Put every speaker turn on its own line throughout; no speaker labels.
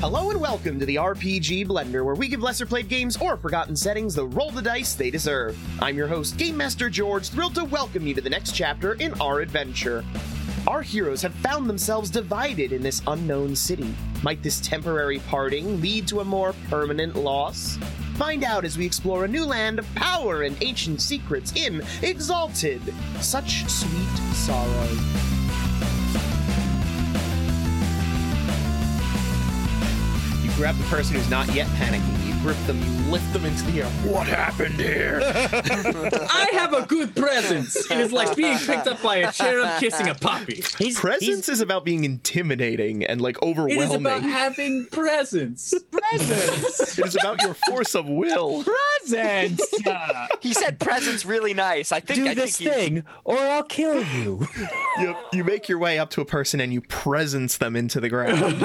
Hello and welcome to the RPG Blender, where we give lesser played games or forgotten settings the roll the dice they deserve. I'm your host, Game Master George, thrilled to welcome you to the next chapter in our adventure. Our heroes have found themselves divided in this unknown city. Might this temporary parting lead to a more permanent loss? Find out as we explore a new land of power and ancient secrets in Exalted. Such sweet sorrow. You grab the person who's not yet panicking. You grip them. You lift them into the air. What happened here?
I have a good presence. It is like being picked up by a cherub kissing a poppy.
He's,
Presence is about being intimidating and like
It
overwhelming.
is about having presence. Presence.
It is about your force of will.
presence. Uh,
He said presents really nice. I think
do
I
this
think he-
thing, or I'll kill you.
You, you make your way up to a person and you presence them into the ground.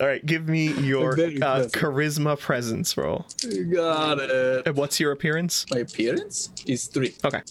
All right, give me your uh,
Very impressive.
charisma presence roll.
you got it.
And What's your appearance?
My appearance is three.
Okay.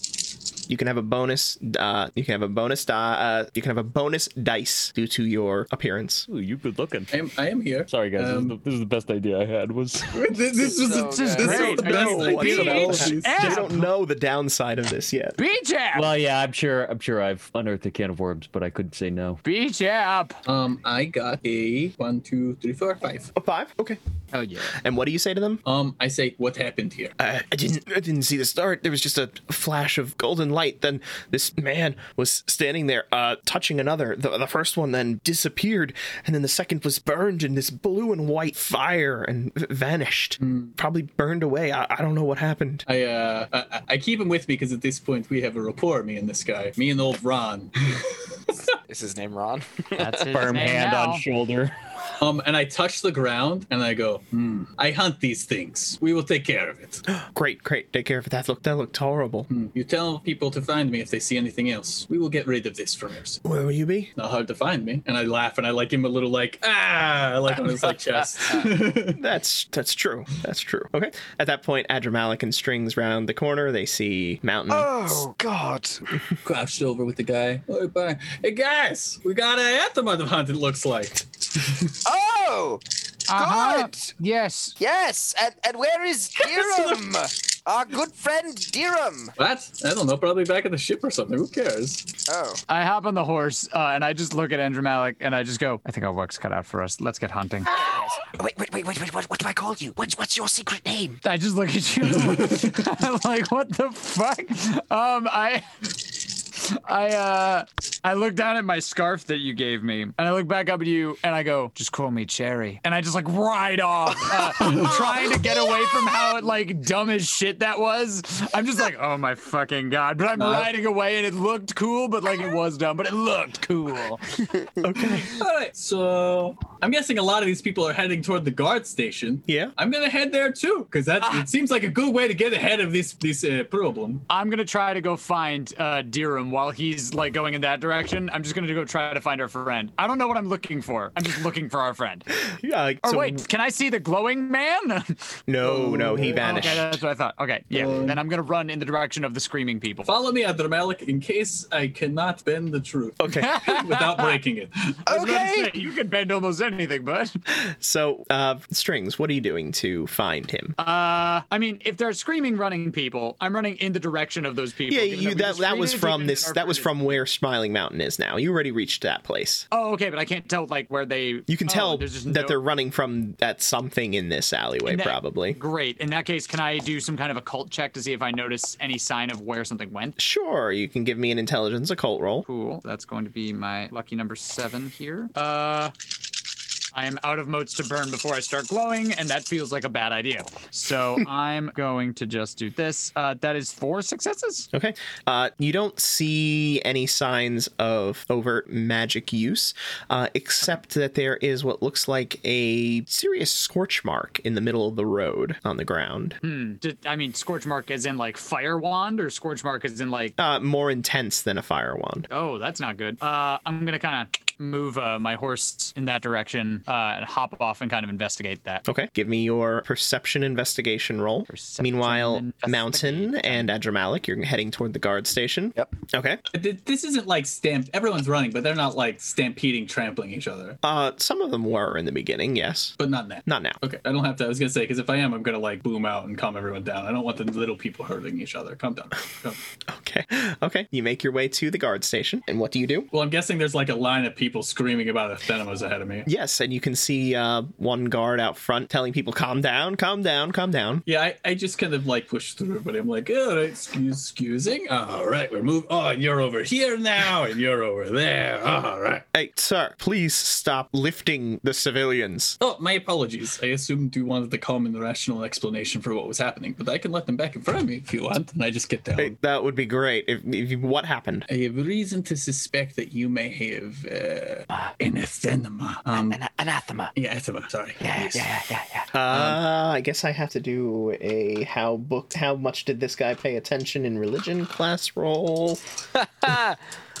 You can have a bonus. Uh, you can have a bonus. Di- uh, you can have a bonus dice due to your appearance.
Ooh, you've been looking.
I am, I am here.
Sorry, guys.
Um,
this, is the, this is the best idea I had. Was
this, this was
So
this is
good.
the
I
best
know, I
idea of all of
know.
these.
You don't know the downside of this yet.
BJAP!
well, yeah. I'm sure. I'm sure I've unearthed a can of worms, but I couldn't say no.
BJAP!
Um, I got a one, two, three, four, five.
A five. Okay.
Hell yeah.
And what do you say to them?
Um, I say, what happened here?
I, I didn't I didn't see the start. There was just a flash of golden light. Then this man was standing there, uh, touching another. The, the first one then disappeared, and then the second was burned in this blue and white fire and v- vanished.
Hmm.
Probably burned away. I, I don't know what happened.
I uh, I, I- I keep him with me because at this point we have a rapport, me and this guy, me and old Ron.
Is his name Ron?
That's his
Firm
name
hand
now.
on shoulder.
Um, and I touch the ground and I go, hmm, I hunt these things. We will take care of it.
Great, great. Take care of it. That looked that looked horrible.
Hmm.
You tell people to find me if they see anything else. We will get rid of this from here. It's
Where will you be?
not hard to find me. And I laugh and I like give him a little like, ah, like on his like chest.
That's that's true. That's true. Okay. At that point, Adramalik and Strings round the corner. They see Mountain.
Oh God!
Crouched over with the guy. Oh, bye. Hey guys, we got a anthem on the hunt. It looks like.
Oh
Uh-huh.
God!
Yes.
Yes, and and where is Dirham? Our good friend Dirham.
What? I don't know. Probably back at the ship or something. Who cares?
Oh,
I hop on the horse uh, and I just look at Andrew Malik and I just go, I think our work's cut out for us. Let's get hunting.
wait, wait, wait, wait, wait. What, what do I call you? What's what's your secret name?
I just look at you. I'm like, what the fuck? Um, I. I uh I look down at my scarf that you gave me and I look back up at you and I go, just call me Cherry. And I just like ride off, uh, trying to get away from how like dumb as shit that was. I'm just like, oh my fucking god. But I'm
Uh,
riding away and it looked cool, but like it was dumb, but it looked cool.
All right. So I'm guessing a lot of these people are heading toward the guard station.
Yeah.
I'm gonna head there too, because that it seems like a good way to get ahead of this this uh, problem.
I'm gonna try to go find uh Dirham while he's like going in that direction. I'm just gonna go try to find our friend. I don't know what I'm looking for. I'm just looking for our friend.
Uh,
Or
so-
Oh, wait, can I see the glowing man?
No, no, he vanished.
Okay, that's what I thought. Okay, yeah.
Um,
then I'm gonna run in the direction of the screaming people.
Follow me, Adramalik, in case I cannot bend the truth
okay.
without breaking it.
I was gonna say, you can bend almost anything, but
So, uh, strings. What are you doing to find him?
uh, I mean, if they're screaming, running people, I'm running in the direction of those people.
yeah,
given
you
we
that
just
that was
screamed
from
and
this.
our
That was
friend
from where Smiling Mountain is now. You already reached that place.
is- Oh, okay, but I can't tell like where they.
You can
oh,
tell
there's just
that
no-
they're running from at something in this alleyway,
that-
probably.
Great. In that case, can I do some kind of occult check to see if I notice any sign of where something went?
Sure, you can give me an intelligence occult roll.
Cool. That's going to be my lucky number seven here. Uh, I am out of motes to burn before I start glowing, and that feels like a bad idea. So I'm going to just do this. Uh, that is four successes.
Okay. Uh, you don't see any signs of overt magic use, uh, except that there is what looks like a serious scorch mark in the middle of the road on the ground.
Hmm. Did, I mean, scorch mark is in like fire wand, or scorch mark is in like.
Uh, more intense than a fire wand.
Oh, that's not good. Uh, I'm gonna kind of move uh, my horse in that direction uh, and hop off and kind of investigate that.
Okay. Give me your perception investigation roll.
Perception
Meanwhile,
investigation.
Mountain and Adramalik, you're heading toward the guard station.
Yep.
Okay.
Th- This isn't like stamp. Everyone's running, but they're not like stampeding, trampling each other.
Uh, some of them were in the beginning, yes.
But not now.
Not now.
Okay, I don't have to. I was gonna say because if I am, I'm gonna like boom out and calm everyone down. I don't want the little people hurting each other. Calm down. Calm.
Okay. Okay. You make your way to the guard station. And what do you do?
Well, I'm guessing there's like a line of people screaming about eczemas ahead of me.
Yes, and you can see uh, one guard out front telling people, calm down, calm down, calm down.
Yeah, I, I just kind of like push through, but I'm like, all right, excuse, excusing. All right, we're moving. Oh, and you're over here now, and you're over there. All right.
Hey, sir, please stop lifting the civilians.
Oh, my apologies. I assumed you wanted the calm and rational explanation for what was happening, but I can let them back in front of me if you want, and I just get down.
Hey, that would be great. If, if you, What happened?
I have reason to suspect that you may have uh, an anathema. Um,
Ah. Anathema.
yeah, anathema. Sorry.
Yeah,
Yes.
yeah, yeah, yeah.
Uh, I guess I have to do a how book. How much did this guy pay attention in religion class roll?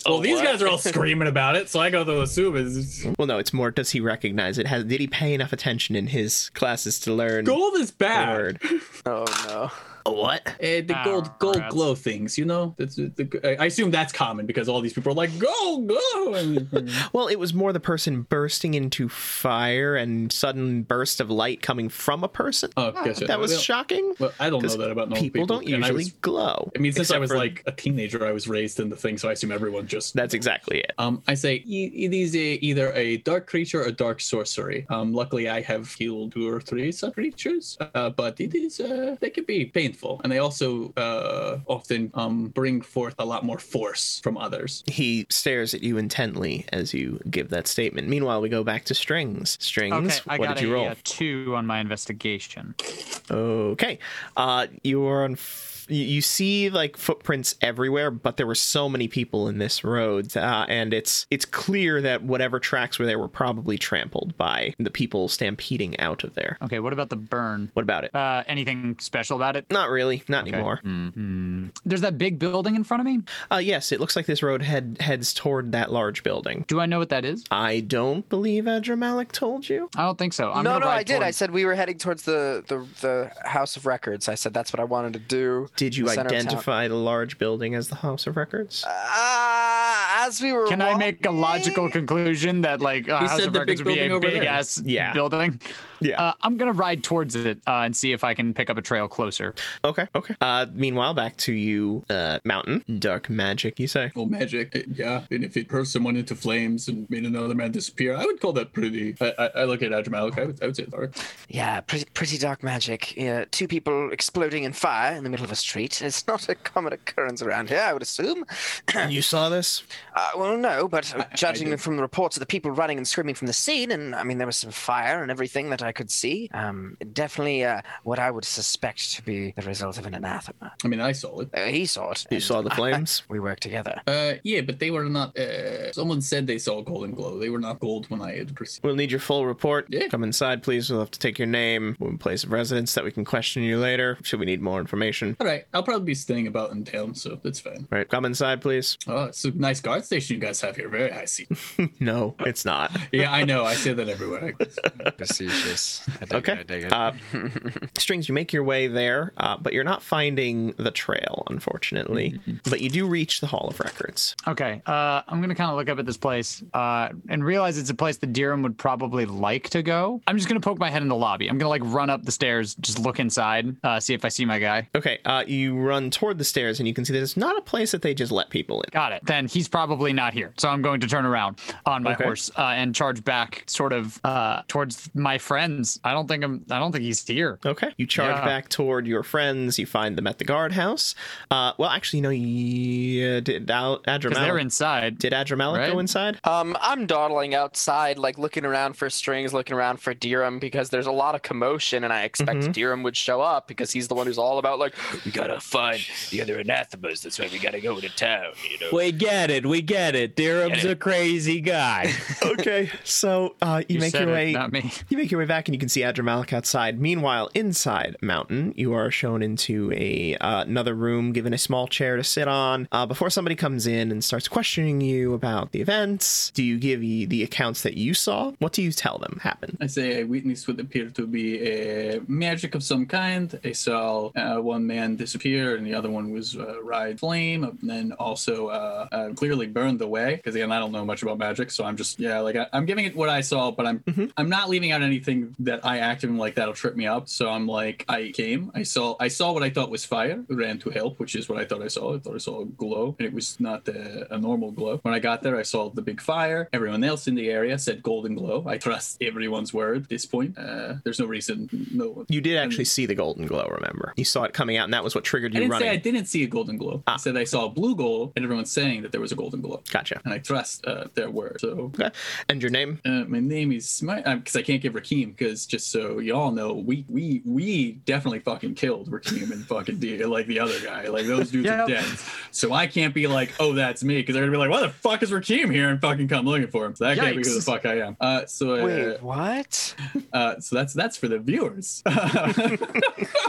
Well, these guys are all screaming about it, so I got to assume is
Mm.
Well, no, it's more. Does he recognize it? Has did he pay enough attention in his classes to learn?
gold is
the
bad.
word?
Oh no.
A What?
Uh, the
Ah,
gold gold
rats.
glow things, you know. That's the, the, I assume that's common because all these people are like gold glow. And,
Well, it was more the person bursting into fire and sudden burst of light coming from a person.
oh, gotcha.
that was
Well,
shocking.
Well, I don't know
'Cause
that about normal
people,
people.
don't
and I
usually
was-
glow.
I mean, since I
except
was
for-
like a teenager, I was raised in the thing, so I assume everyone just
that's exactly it.
Um, I say "E- it is a, either a dark creature or dark sorcery. Um, luckily, I have healed two or three such creatures, uh, but it is uh, they can be painful, and they also uh, often um, bring forth a lot more force from others.
He stares at you intently as you give that statement. Meanwhile, we go back to strings. Strings.
I
what
got
did you
a,
roll?
uh, two on my investigation.
Okay. Uh, you are on. F- you- you see like footprints everywhere, but there were so many people in this road, uh, and it's it's clear that whatever tracks were there were probably trampled by the people stampeding out of there.
Okay, what about the burn?
What about it?
Uh, anything special about it?
Not really. Not anymore.
There's that big building in front of me.
Uh, yes, it looks like this road head heads toward that large building.
Do I know what that is?
I don't believe Adramalik told you.
I don't think so. I'm
no,
gonna
no,
ride
I did. I
towards-
said we were heading towards the, the the House of Records. I said that's what I wanted to do.
Did you
The center of town.
identify the large building as the House of Records?
Uh, as we were.
Can I make a logical
walking-
conclusion that like uh,
He
House
said
of
the
Records
big
would be
building
a
over
big
there.
ass
Yeah.
building?
Yeah.
Uh, I'm gonna ride towards it uh, and see if I can pick up a trail closer.
Okay. Okay. Uh, meanwhile, back to you, uh, Mountain. Dark magic, you say?
Well, magic, uh, yeah. And if it burst someone into flames and made another man disappear, I would call that pretty. I, I, I look at Adramalik. I would, I would say dark.
Yeah, pretty, pretty dark magic. Yeah, two people exploding in fire in the middle of a street. It's not a common occurrence around here, I would assume.
you saw this?
Uh, well, no, but uh, judging
did.
from the reports of the people running and screaming from the scene, and I mean, there was some fire and everything that I could see. Um, definitely uh, what I would suspect to be the result of an anathema.
I mean, I saw it.
Uh, he saw it.
You
and
saw the flames?
We worked together.
Uh, yeah, but they were not. Uh, someone said they saw golden glow. They were not gold when I had perceived.
We'll need your full report.
Yeah.
Come inside, please. We'll have to take your name, place of residence that we can question you later. Should we need more information?
All right, I'll probably be staying about in town, so that's fine.
Right. Come inside, please.
Oh, it's a nice guard station you guys have here. Very high seat.
No, it's not.
Yeah, I know. I say that everywhere.
Facetious.
Okay. Uh, strings, you make your way there, uh, but you're not finding the trail, unfortunately. But you do reach the Hall of Records.
Okay, uh, I'm gonna kind of look up at this place uh, and realize it's a place that Dirham would probably like to go. I'm just gonna poke my head in the lobby. I'm gonna like run up the stairs, just look inside, uh, see if I see my guy.
Okay. Uh, you run toward the stairs, and you can see that it's not a place that they just let people in.
Got it. Then he's probably not here, so I'm going to turn around on my
Okay.
horse uh, and charge back, sort of uh, towards my friends. I don't think I'm. I don't think he's here.
Okay. You charge
Yeah.
back toward your friends. You find them at the guardhouse. Uh, well, actually, no. Yeah, did Al-
Because they're
Adramalik?
inside.
did Adramalik go
Right.
inside?
Um, I'm dawdling outside, like looking around for strings, looking around for Dirham because there's a lot of commotion, and I expect Dirham would show up because he's the one who's all about like, we gotta find the other anathemas. That's why we gotta go into town. You know.
We get it. We
we get it. Dirham's
Get it.
a crazy guy.
okay, so uh, you,
You
make
said
your
it,
way.
Not me.
You make your way back and you can see Adramalik outside. Meanwhile, inside Mountain, you are shown into a uh, another room, given a small chair to sit on. Uh, before somebody comes in and starts questioning you about the events, do you give y- the accounts that you saw? What do you tell them happened?
I say I witnessed what appeared to be a magic of some kind. I saw uh, one man disappear and the other one was uh, ride flame, and then also uh, uh, clearly burned away. Because again, I don't know much about magic, so I'm just yeah, like I, I'm giving it what I saw, but I'm I'm not leaving out anything that I acted like that'll trip me up. So I'm like, I came, I saw, I saw what I thought was fire, ran to help, which is what I thought I saw. I thought I saw a glow, and it was not a, a normal glow. When I got there, I saw the big fire. Everyone else in the area said golden glow. I trust everyone's word at this point. Uh, there's no reason, no.
You
Um,
did actually see the golden glow. Remember, you saw it coming out, and that was what triggered
I
you
didn't say I
running. Ah.
didn't see a golden glow. I said I saw a blue glow, and everyone's saying that there was a golden glow.
Gotcha.
And I trust uh, their word. So
Okay. And your name?
Uh, my name is my because I can't give Rakim because just so y'all know, we we we definitely fucking killed Rakim and fucking D, like the other guy, like those dudes are
Yep.
dead. So I can't be like, oh, that's me, because they're gonna be like, why the fuck is Rakim here and fucking come looking for him? So that can't be who the
Yikes.
fuck I am. Uh, so uh,
Wait, what?
uh, so that's that's for the viewers.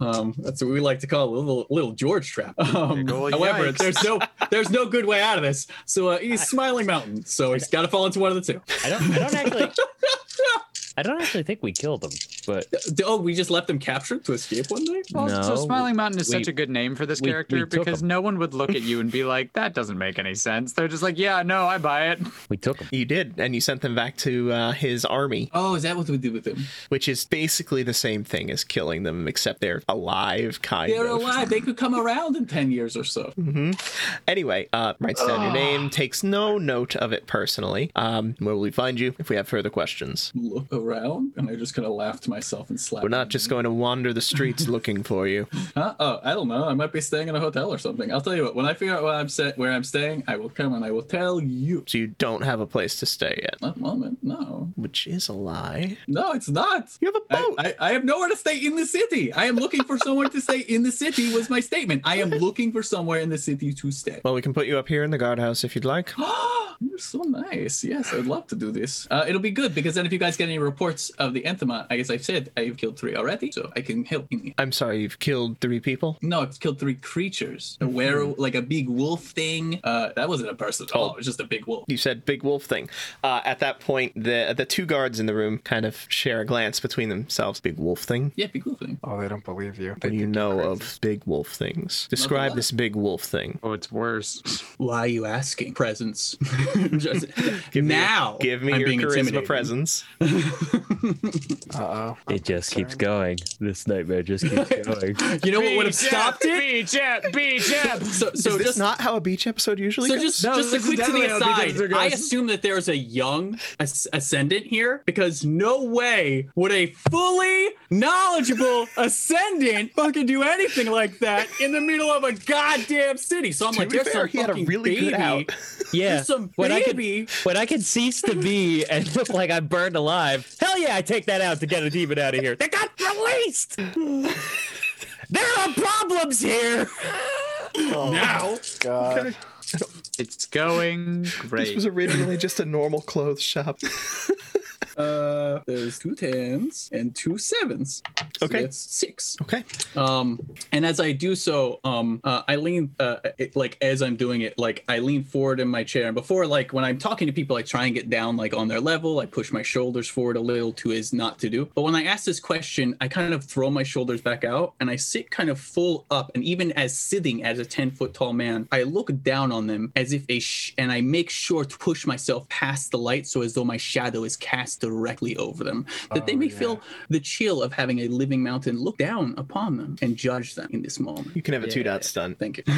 um, that's what we like to call a little little George trap. Um,
go,
however,
yikes.
there's no there's no good way out of this. So uh, he's Smiling Mountain, so he's got to fall into one of the two.
I don't. I don't actually. I don't actually think we killed him, but
D- Oh, we just left them captured to escape one night.
Also,
No,
Smiling Mountain is
we-
such a good name for this
we- we
character
took
because
him.
no one would look at you and be like, "That doesn't make any sense." They're just like, "Yeah, no, I buy it."
we took him.
You did, and you sent them back to uh, his army,
Oh, is that what we did with them?
which is basically the same thing as killing them, except they're alive, kind
They're
of.
alive. They could come around in ten years or so.
Mm-hmm. Anyway, uh, writes down
Ah.
your name, takes no note of it personally. Um, where will we find you if we have further questions?
Look around, and I just kind of laugh to myself and slap.
We're not just going to wander the streets looking for you.
Huh? Oh, I don't know. I might be staying in a hotel or something. I'll tell you what. When I figure out where I'm set, where I'm staying, I will come and I will tell you.
So you don't have a place to stay yet,
Not moment. No,
which is a lie.
no, it's not.
You have a
I,
boat.
I, I have nowhere to stay in the city. I am looking for somewhere to stay in the city. Was my statement. I am looking for somewhere in the city to stay.
Well, we can put you up here in the guardhouse if you'd like.
You're so nice. Yes, I'd love to do this. Uh, it'll be good because then if you guys get any reports of the Entomon, I guess I've said I've killed three already, so I can help. In
I'm sorry, you've killed three people.
no, I've killed three creatures.
Mhm.
A were like a big wolf thing. Uh, that wasn't a person at
Oh.
all. It was just a big wolf.
You said big wolf thing. Uh, at that point, the the two guards in the room kind of share a glance between themselves. Big wolf thing.
Yeah, big wolf thing.
Oh, they don't believe you.
What do you know of big wolf things? Describe
lot.
this big wolf thing.
Oh, it's worse.
Why are you asking? Presence. just,
me your-
now,
Give me
I'm
your
being
charisma
intimidated.
presence.
Uh oh.
It just keeps going. This nightmare just keeps going.
You know what would have stopped it?
Beach up, beach up.
So, so
is this
just
not how a beach episode usually
So
goes?
just
No,
just a
this is
quick to the
definitely how
aside.
Beatles are
I
going.
assume that there's a young as- ascendant here because no way would a fully knowledgeable ascendant fucking do anything like that in the middle of a goddamn city. So I'm
To
like,
be
there's
fair,
some
he had a
fucking
really
baby.
good out.
Yeah,
There's some
when I could-
baby.
when I can cease to be and look like I'm burned alive, hell yeah, I take that out to get a demon out of here. They got released. there are problems here.
Now,
God.
It's going great.
This was originally just a normal clothes shop.
uh, there's two tens and two sevens. So
Okay.
that's six.
Okay.
um and as i do so um uh, i lean uh it, like as i'm doing it like i lean forward in my chair and before like when i'm talking to people i try and get down like on their level i push my shoulders forward a little to is not to do but when i ask this question i kind of throw my shoulders back out and i sit kind of full up and even as sitting as a 10 foot tall man i look down on them as if a sh- and i make sure to push myself past the light so as though my shadow is cast directly over them that
Oh,
they may feel the chill of having a living mountain look down upon them and judge them in this moment.
You can have a two dot stun.
Thank you.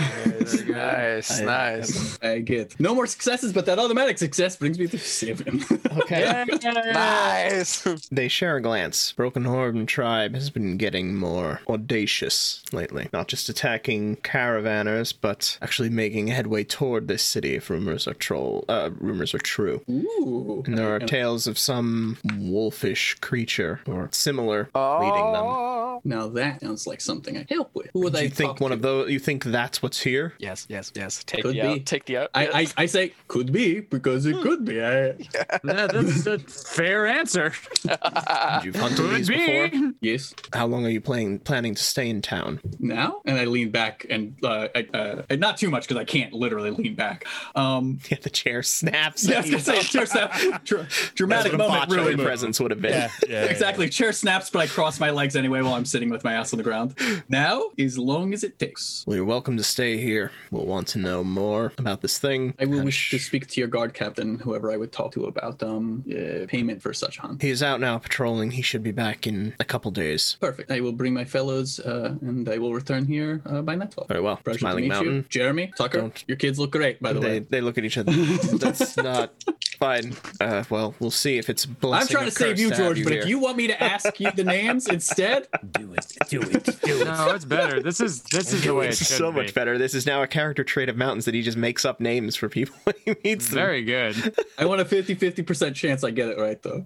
Nice, nice.
I get no more successes, but that automatic success brings me to seven.
Okay.
Nice.
They share a glance. Broken Horn tribe has been getting more audacious lately. Not just attacking caravanners, but actually making headway toward this city if rumors are troll uh, rumors are true.
Ooh.
And
Oh,
there are tales of some wolfish creature or similar leading them.
now?
Now that sounds like something I could help with. Who would I
you
talk
think one
to?
of those? You think that's what's here?
Yes, yes, yes. Take
Could
the
be.
out. Take the out.
I, I, I say could be because
Hmm.
it could be. I,
Yeah, that's a fair answer.
You've hunted
Could
these
be.
before.
yes.
How long are you playing, planning to stay in town?
Now and I lean back and uh, I, uh, and not too much because I can't literally lean back. Um,
Yeah, the chair snaps.
yeah, I was gonna say chair snap. Dra- dramatic moment
Macho
ruined.
presence would have been.
Yeah, yeah, yeah,
Exactly. Chair snaps, but I cross my legs anyway while I'm sitting with my ass on the ground. Now, as long as it takes.
Well, you're welcome to stay here. We'll want to know more about this thing.
I will
And
wish to speak to your guard captain, whoever I would talk to about um uh, payment for such hunt.
He is out now patrolling. He should be back in a couple days.
Perfect. I will bring my fellows, uh, and I will return here uh, by nightfall.
Very well.
Pleasure
Smiling
to meet you,
Mountain.
Jeremy Tucker.
Don't-
Your kids look great, by the
They,
way.
they look at each other. That's not fine. Uh, well, we'll see if it's a blessing.
I'm trying
or
to save
curse
you,
have
George, but if
here.
you want me to ask you the names instead,
Do it. Do it. Do it.
No, it's better. This is this is the way it
This
should
is so
be.
much better. This is now a character trait of Mountains that he just makes up names for people when he meets them.
Very good.
I want a 50 50% chance I get it right, though.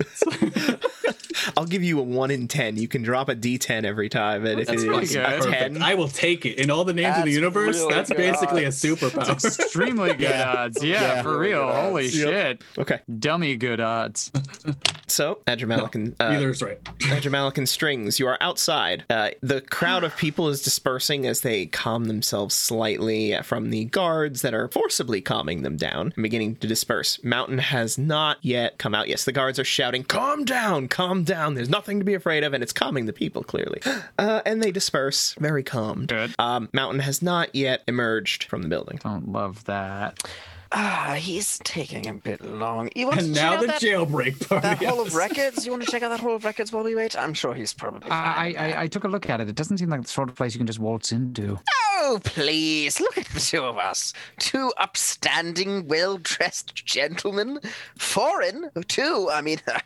I'll give you a one in ten. You can drop a d10 every time, and if it
That's pretty
is a
good.
Perfect.
ten,
I will take it. In all the names in the
That's
universe,
really
that's
good
basically a superpower.
Extremely good
Yeah.
odds. Yeah,
Yeah.
for real. Holy shit.
okay.
Dummy good odds.
So Adramalican,
Either
uh,
is right.
Adramalican strings. You are outside. Uh, the crowd of people is dispersing as they calm themselves slightly from the guards that are forcibly calming them down and beginning to disperse. Mountain has not yet come out. Yes, the guards are shouting, "Calm down, calm down. There's nothing to be afraid of," and it's calming the people clearly. Uh, and they disperse, very calmed.
Good.
Um, Mountain has not yet emerged from the building.
Don't love that.
Ah, he's taking a bit long. You want
And
to check
now
out
the
that,
jailbreak party.
that hall of records? You want to check out that hall of records while we wait? I'm sure he's probably.
Uh,
I, I I took a look at it. It doesn't seem like the sort of place you can just waltz into.
Oh, please, look at the two of us. Two upstanding, well dressed gentlemen. Foreign, too. I mean, I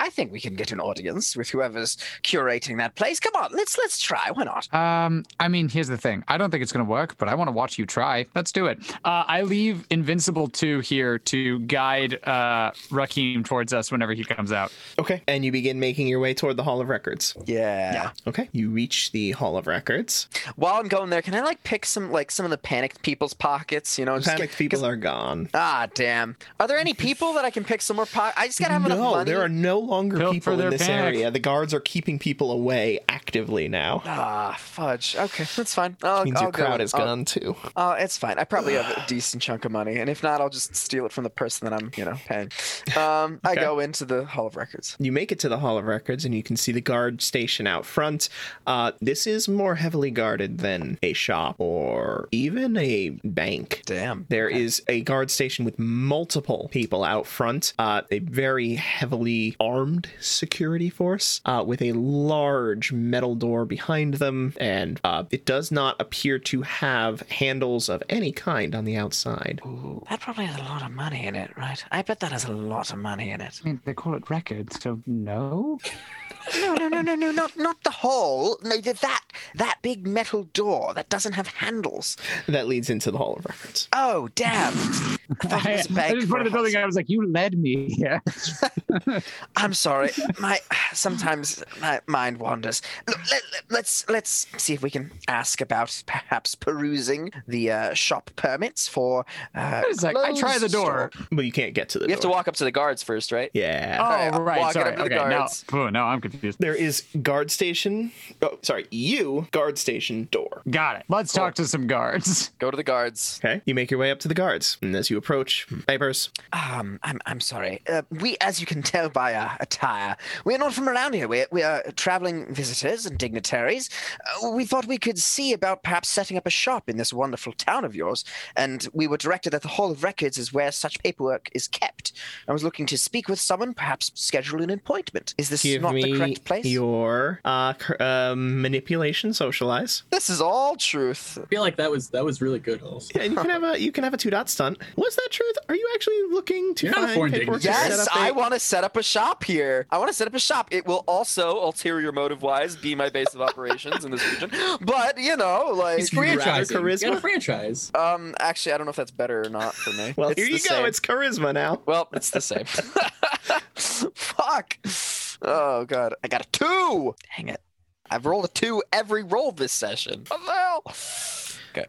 I think we can get an audience with whoever's curating that place. Come on, let's let's try. Why not?
Um, I mean, here's the thing. I don't think it's gonna work, but I want to watch you try. Let's do it. Uh, I leave Invincible Two here to guide uh Rakim towards us whenever he comes out.
Okay. And you begin making your way toward the Hall of Records.
Yeah.
Okay. You reach the Hall of Records.
While I'm going there, can I like pick some like some of the panicked people's pockets? You know, just
Panicked people are gone.
Get, ah, damn. Are there any people that I can pick some more po I just gotta have enough
No,
money.
there are no longer
Built
people
for
in
their
this
panic.
area. The guards are keeping people away actively now.
Ah, fudge. Okay, that's fine. I'll,
means
I'll
your crowd
go.
is
I'll-
gone too.
Oh, it's fine. I probably have a decent chunk of money, and if not, I'll just steal it from the person that I'm, you know, paying. Um, I go into the Hall of Records.
You make it to the Hall of Records and you can see the guard station out front. Uh, this is more heavily guarded than a shop or even a bank.
Damn.
There is a guard station with multiple people out front, uh, a very heavily armed security force uh, with a large metal door behind them, and uh, it does not appear to have handles of any kind on the outside.
That probably has a lot of money in it, right? I bet that has a lot of money in it.
I mean, they call it records, so no.
No, no, no, no, no, not not the hole. No, th- that that big metal door that doesn't have handles.
That leads into the Hall of Records.
Oh, damn! That
I,
was back
I just
for
went to the building
us.
and I was like, you led me here.
I'm sorry. My sometimes my mind wanders. Look, let, us let's see if we can ask about perhaps perusing the uh, shop permits for. Uh,
It's like, I try
clothes
the door.
store.
But you can't get to the
You have to
door.
walk up to the guards first, right?
Yeah.
Alright,
Oh,
I'll
right.
walk it
Sorry.
up to
Okay.
the
Now,
guards.
oh, now I'm confused.
There is guard station. Oh, sorry. You guard station door.
Got it. Let's talk to some guards.
Go to the guards.
Okay. You make your way up to the guards, and as you approach, papers.
Um, I'm I'm sorry. Uh, we, as you can tell by our attire, we are not from around here. We we are traveling visitors and dignitaries. Uh, we thought we could see about perhaps setting up a shop in this wonderful town of yours, and we were directed that the Hall of Records is where such paperwork is kept. I was looking to speak with someone, perhaps schedule an appointment. Is this
Give
not
me
the correct place?
your uh, cr- um, manipulation socialize.
This is all truth.
I feel like that was that was really good. Also.
Yeah, and you can have a you can have a two dot stunt. Was that truth? Are you actually looking to
You're not a
find
foreign
paperwork to
dignitary.
set
Yes,
up a-
I want to set up a shop here. I want to set up a shop. It will also, ulterior motive wise, be my base of operations in this region. But you know, like,
He's franchising.
rather
Charisma?
charisma?
Got a franchise.
um, actually, I don't know if that's better or not for me.
Well,
It's
here
the
you go.
same.
It's charisma now.
well, it's the same. Fuck. Oh god, I got a two. Hang it. I've rolled a two every roll this session. What the
Oh,
hell?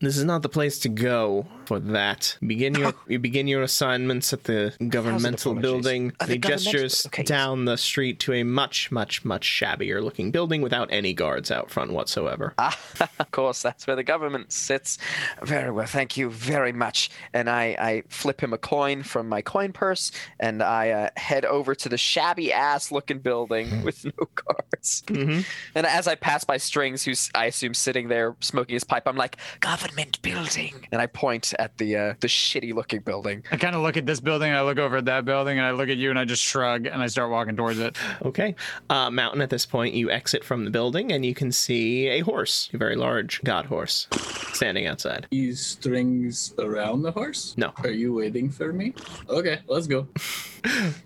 This is not the place to go for that. Begin your you begin your assignments at the governmental
apologies.
building.
At
he
the governmental-
gestures
okay, yes.
down the street to a much, much, much shabbier looking building without any guards out front whatsoever.
Ah, of course, that's where the government sits. Very well, thank you very much. And I, I flip him a coin from my coin purse, and I uh, head over to the shabby ass looking
Mm-hmm.
building with no guards.
Mhm.
And as I pass by Strings, who's I assume sitting there smoking his pipe, I'm like, government building. And I point at the uh, the shitty looking building.
I kind of look at this building, I look over at that building, and I look at you, and I just shrug, and I start walking towards it.
Okay. Uh, Mountain, at this point, you exit from the building and you can see a horse, a very large god horse, standing outside.
These strings around the horse?
No.
Are you waiting for me? Okay, let's go.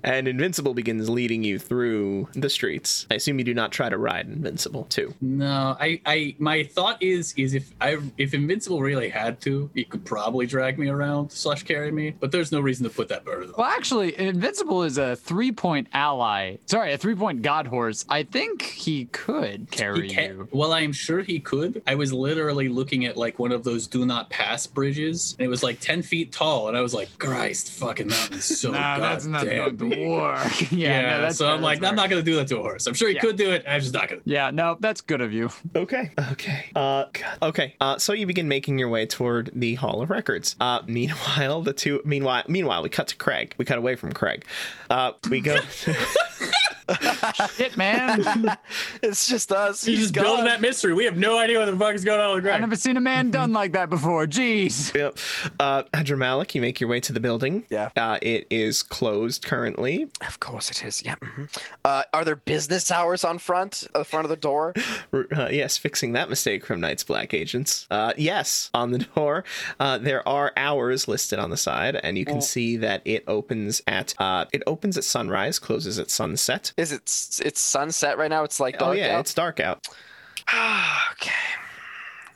And Invincible begins leading you through the streets. I assume you do not try to ride Invincible, too.
No, I, I, my thought is, is if I, if Invincible really had to, he could probably drag me around slash carry me. But there's no reason to put that burden. on.
Well, actually, Invincible is a three point ally. Sorry, a three point god horse. I think he could carry
He can,
you.
well, I'm sure he could. I was literally looking at like one of those do not pass bridges, and it was like ten feet tall, and I was like, "Christ, fucking mountain's so
Nah, that's not
goddamn
going to
big."
work. yeah,
Yeah,
no, that's
so I'm
that's
like, I'm
fair.
not gonna do that to a horse. I'm sure he
Yeah.
could do it. I'm just not gonna.
Yeah, no, that's good of you.
Okay. Okay. Uh, God. okay. Uh, so you begin making your way toward the Hall of Records. Uh, meanwhile, the two. Meanwhile, meanwhile, we cut to Craig. We cut away from Craig. Uh, we go.
Shit, man.
It's just us.
He's just building that mystery. We have no idea what the fuck is going on with
I've
Greg.
never seen a man done like that before. Jeez.
yep. Uh, Hadramalik, you make your way to the building.
Yeah.
Uh, it is closed currently.
Of course it is. Yeah. mhm. Uh, are there business hours on front, uh, front of the door?
Uh, yes, fixing that mistake from Knights Black Agents. Uh, yes, on the door, uh, there are hours listed on the side, and you can see that it opens at uh, it opens at sunrise, closes at sunset.
Is it? s- It's sunset right now. It's like
oh
dark
yeah,
out?
it's dark out.
okay.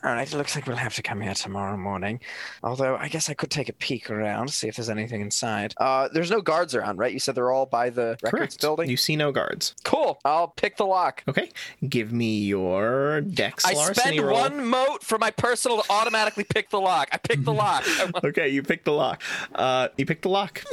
All right. It looks like we'll have to come here tomorrow morning. Although I guess I could take a peek around, see if there's anything inside. Uh, there's no guards around, right? You said they're all by the records
Correct.
building.
You see no guards.
Cool. I'll pick the lock.
Okay, give me your Dex
I
larceny
spend
roll.
one moat for my personal to automatically pick the lock. I pick the lock. I want-
Okay, you pick the lock. Uh, you pick the lock,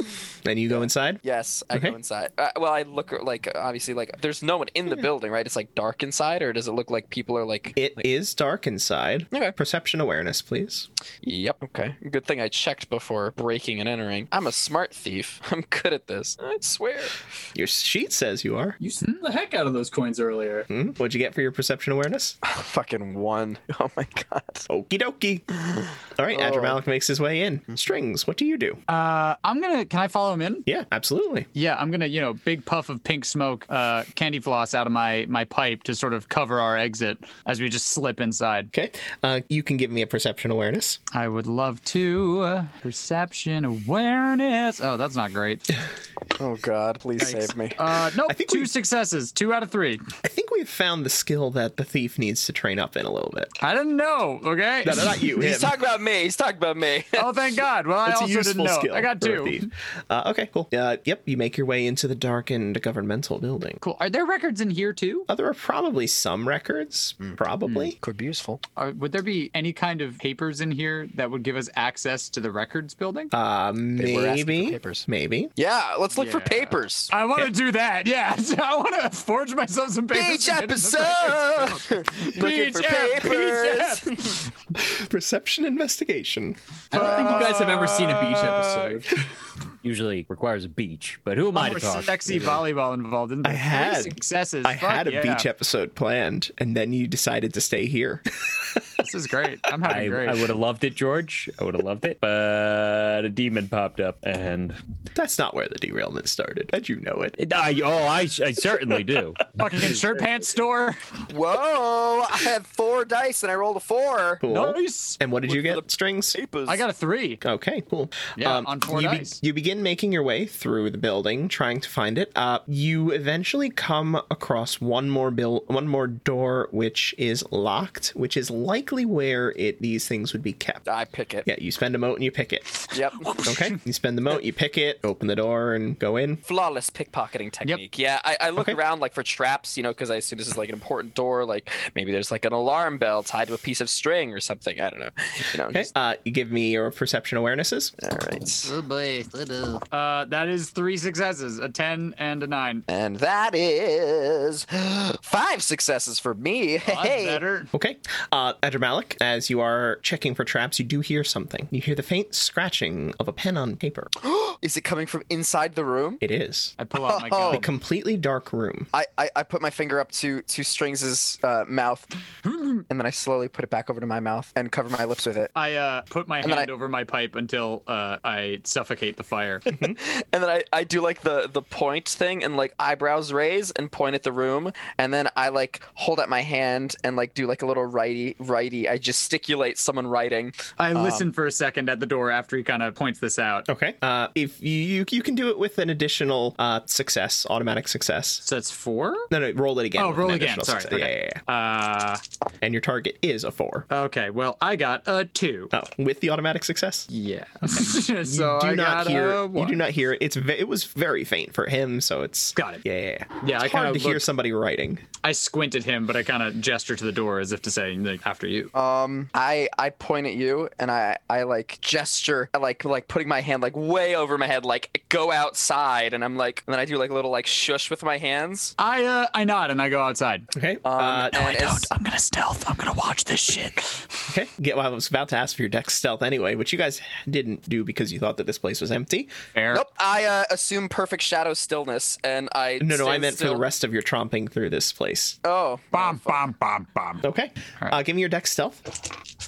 and you go inside.
yes, I
Okay.
go inside. Uh, well, I look like obviously like there's no one
Hmm.
in the building, right? It's like dark inside, or does it look like people are like?
It is dark inside.
Okay.
Perception awareness, please.
Yep. Okay. Good thing I checked before breaking and entering. I'm a smart thief. I'm good at this. I swear.
Your sheet says you are.
You sent the heck out of those coins earlier.
Hmm? What'd you get for your perception awareness?
Fucking one. Oh my god.
Okie dokie. All right, Adra
Oh.
Malik makes his way in. Strings, what do you do?
Uh, I'm gonna. Can I follow him in?
Yeah, absolutely.
Yeah, I'm gonna. You know, big puff of pink smoke, uh, candy floss out of my my pipe to sort of cover our exit as we just slip inside.
Okay. Uh, you can give me a perception awareness.
I would love to. Uh, perception awareness. Oh, that's not great.
Oh god. Please save me.
Uh, nope.
I think
two
we-
successes. Two out of three.
I think we've found the skill that the thief needs to train up in a little bit.
I didn't know. Okay.
No, no, not you. Him.
He's talking about me. He's talking about me.
oh, thank God. Well, I
It's a
also didn't
useful
know.
skill.
I got
for a
two.
thief. Uh, okay, cool. Uh, yep, you make your way into the darkened governmental building.
Cool. Are there records in here too?
Uh, there are probably some records,
Hmm.
probably.
Could be useful.
Are, would there be any kind of papers in here that would give us access to the records building?
Uh,
Hmm. were asking for
maybe.
papers.
Maybe.
Yeah. Let's look for
Yeah.
papers.
I want to do that. Yeah, I want to forge myself some papers.
Beach
and get it
episode. Looking for
up,
papers.
beach up.
Perception investigation.
I don't think you guys have ever seen a beach episode.
Usually requires a beach, but who am I
More
to talk?
sexy volleyball involved in
I had-
successes.
I
Fuck
had a
yeah.
beach episode planned, and then you decided to stay here.
This is great. I'm having
I,
great.
I would have loved it, George. I would have loved it, but a demon popped up, and
That's not where the derailment started, and you know it.
it, I, oh, I, I certainly do.
Fucking shirt pants store.
Whoa! I had four dice and I rolled a four.
Cool.
Nice.
And what did you get? Strings.
Papers.
I got a three.
Okay, cool. Um,
Yeah, on four
you,
dice.
you begin making your way through the building, trying to find it. Uh, you eventually come across one more bill, one more door, which is locked, which is likely exactly where it these things would be kept.
I pick it.
Yeah, you spend a moat and you pick it.
Yep.
Okay, you spend the moat, you pick it, open the door, and go in.
Flawless pickpocketing technique. Yeah, I, I look
Okay.
around like for traps, you know, because I assume this is like an important door. Like maybe there's like an alarm bell tied to a piece of string or something. I don't know. You know.
Okay,
just-
uh, you give me your perception awarenesses.
all right.
Oh boy. little.
Uh, that is three successes, a ten and a nine.
And that is five successes for me.
Well, that's
Hey.
better.
Okay, uh, Malik, as you are checking for traps, you do hear something. You hear the faint scratching of a pen on paper.
Is it coming from inside the room?
It is
I pull out my
Oh.
a
gun.
completely dark room.
I, I, I put my finger up to to Strings' uh, mouth, and then I slowly put it back over to my mouth and cover my lips with it.
I uh, put my
And then
hand
I-
over my pipe until uh, I suffocate the fire.
And then I, I do like the the point thing and like eyebrows raise and point at the room, and then I like hold out my hand and like do like a little righty righty. I gesticulate someone writing.
I listen for a second at the door after he kind of points this out.
Okay, uh, if you, you you can do it with an additional uh, success, automatic success.
So that's four.
No, no, roll it again.
Oh,
with an
roll again.
additional
Sorry.
success. Yeah,
Okay.
yeah, yeah.
Uh,
And your target is a four.
okay. Well, I got a two.
Oh, with the automatic success.
Yeah. so
You do
Oh, I
not
got
hear.
a
You
one.
do not hear. it. It's ve- it was very faint for him, so it's
Got it.
Yeah, yeah. yeah.
Yeah,
It's
I
hard
kinda
to hear
looked-
somebody writing.
I squint at him, but I kind of gesture to the door as if to say, like, after you.
Uh,
Um, I I point at you and I I like gesture I, like like putting my hand like way over my head like go outside, and I'm like and then I do like a little like shush with my hands.
I uh, I nod and I go outside.
Okay.
Um,
uh,
and it's-
I'm gonna stealth. I'm gonna watch this shit.
okay. Get. Well, I was about to ask for your deck stealth anyway, which you guys didn't do because you thought that this place was empty.
Fair.
Nope. I uh, assume perfect shadow stillness, and I
No, no, I
stand
meant for
still.
the rest of your tromping through this place.
Oh,
Bomb, bomb, bomb, bomb.
Okay. Uh, give me your deck stealth.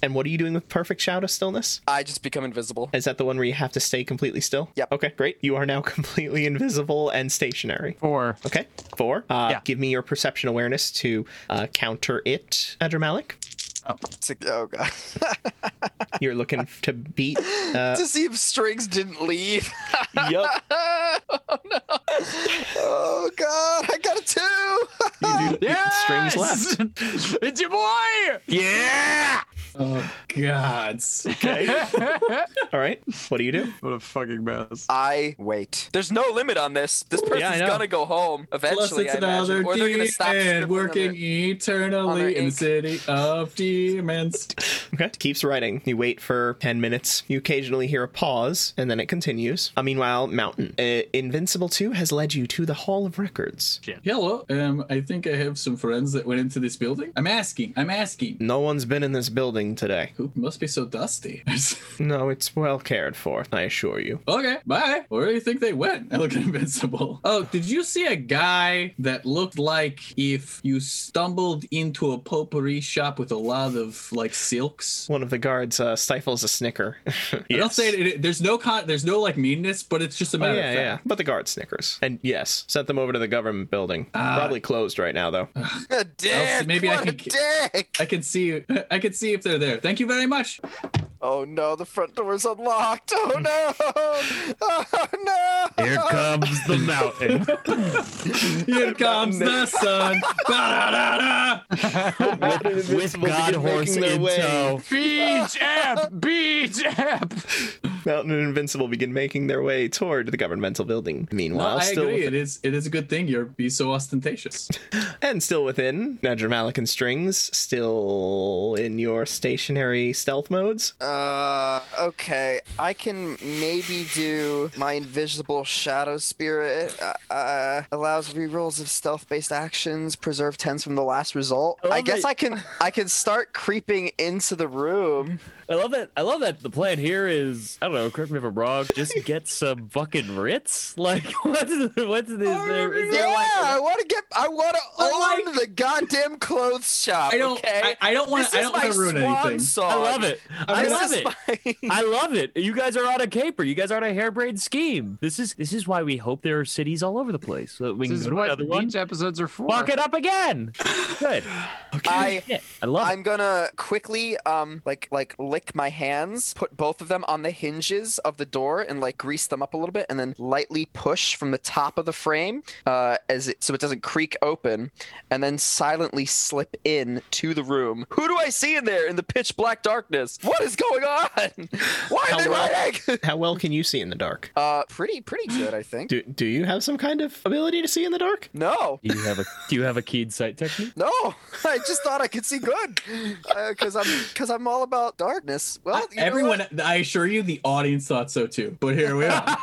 And what are you doing with perfect shadow stillness?
I just become invisible.
Is that the one where you have to stay completely still?
Yep.
Okay, great. You are now completely invisible and stationary.
Four.
Okay, four. Uh,
Yeah.
Give me your perception awareness to uh, counter it, Adramalik.
It's like, oh god.
You're looking to beat. Uh,
to see if strings didn't leave.
yup.
oh no. Oh god, I got a two.
Strings left.
it's your boy.
Yeah.
Oh, gods.
All right. What do you do?
What a fucking mess.
I wait. There's no limit on this. This person's
I know.
gonna go home eventually.
Plus, it's
I imagine,
another
or they're gonna stop
demon
stripping
working
them.
eternally in the
ink.
city of demons.
Okay. Keeps writing. You wait for 10 minutes. You occasionally hear a pause, and then it continues. Uh, meanwhile, Mountain. Uh, Invincible 2 has led you to the Hall of Records.
Hello. Um, I think I have some friends that went into this building. I'm asking. I'm asking.
No one's been in this building today.
Who must be so dusty?
No, it's well cared for, I assure you.
okay, bye. Where do you think they went? I look at Invincible. Oh, did you see a guy that looked like if you stumbled into a potpourri shop with a lot of like silks?
One of the guards uh, stifles a snicker.
I don't say it, it- there's no con, there's no like meanness, but it's just a
Oh,
matter
yeah,
of
yeah.
fact.
But the guard snickers. And yes, sent them over to the government building.
Uh,
Probably closed right now, though.
A dick.
maybe I
what a
can-
dick.
I can see I can see if they're there. Thank you very much.
Oh no, the front door's unlocked. Oh no. Oh no.
Here comes the mountain.
Here comes the sun. Ba-da-da-da.
With God horse
making their
in
way.
tow.
Beach app. Beach app.
Mountain and Invincible begin making their way toward the governmental building. Meanwhile,
I
still
agree.
within-
It is it is a good thing you're be so ostentatious.
and still within Nadra Malik and Strings, still in your stationary stealth modes.
Uh, okay. I can maybe do my invisible shadow spirit. Uh, uh allows rerolls of stealth-based actions, preserve tens from the last result. I guess I can. I can start creeping into the room.
I love that. I love that the plan here is I don't know. Correct me if I'm wrong. Just get some fucking Ritz. Like what's what's this? There, is
Yeah,
there like
I want to get. I want to own the goddamn clothes shop.
I don't.
Okay.
I, I don't want.
This
to. I
is
don't want
my
to ruin
swan
anything.
Song.
I love it. I
This
love
is
it.
my-
I love it. You guys are on a caper. You guys are on a harebrained scheme. This is this is why we hope there are cities all over the place. So that we can
This is
go to
what
another one.
beach episodes are for.
Walk it up again. Good.
I
Yeah, I love it.
I'm gonna quickly um like like lick my hands, put both of them on the hinge hinges of the door and like grease them up a little bit, and then lightly push from the top of the frame uh, as it so it doesn't creak open, and then silently slip in to the room. Who do I see in there in the pitch black darkness? What is going on? Why are they
Hello?
running?
How well can you see in the dark?
Uh, pretty pretty good, I think.
Do do you have some kind of ability to see in the dark?
No,
Do you have a Do you have a keyed sight technique?
no, I just thought I could see good because I'm because I'm all about darkness. Well, you know what?
Everyone, I assure you, the audience thought so too. But here we are.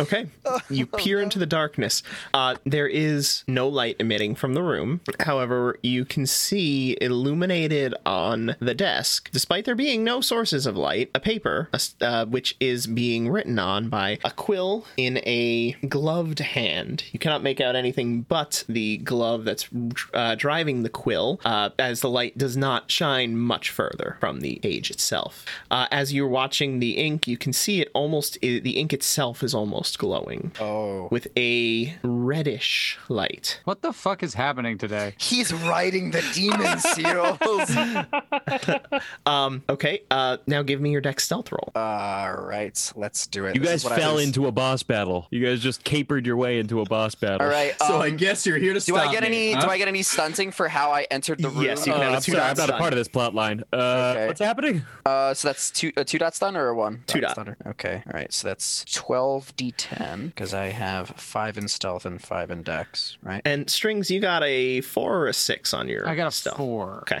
Okay. You peer into the darkness. Uh, there is no light emitting from the room. However, you can see illuminated on the desk, despite there being no sources of light, a paper a s- uh, which is being written on by a quill in a gloved hand. You cannot make out anything but the glove that's uh, driving the quill, uh, as the light does not shine much further from the page itself. Uh, as you're watching the ink, you can see it almost, i- the ink itself is almost glowing
Oh.
with a reddish light.
What the fuck is happening today?
He's riding the demon seals.
Um, okay, uh, now give me your deck stealth roll.
All right, let's do it.
You
This is
guys
what I
fell
was-
into a boss battle. You guys just capered your way into a boss battle.
All right.
so I
um,
guess you're here to
do
stop
I get
me,
any?
huh?
Do I get any stunting for how I entered the room?
Yes, you
Uh,
can have a
I'm
two
sorry,
dot
I'm not a
stun.
part of this plot line. Uh,
Okay.
What's happening?
Uh, so that's two a two dot stun or a one?
Two dot.
stunner. Okay. All right. So that's twelve d10 because I have five in stealth and five in dex. Right.
And strings, you got a four or a six on your
I got a
stealth.
four.
Okay.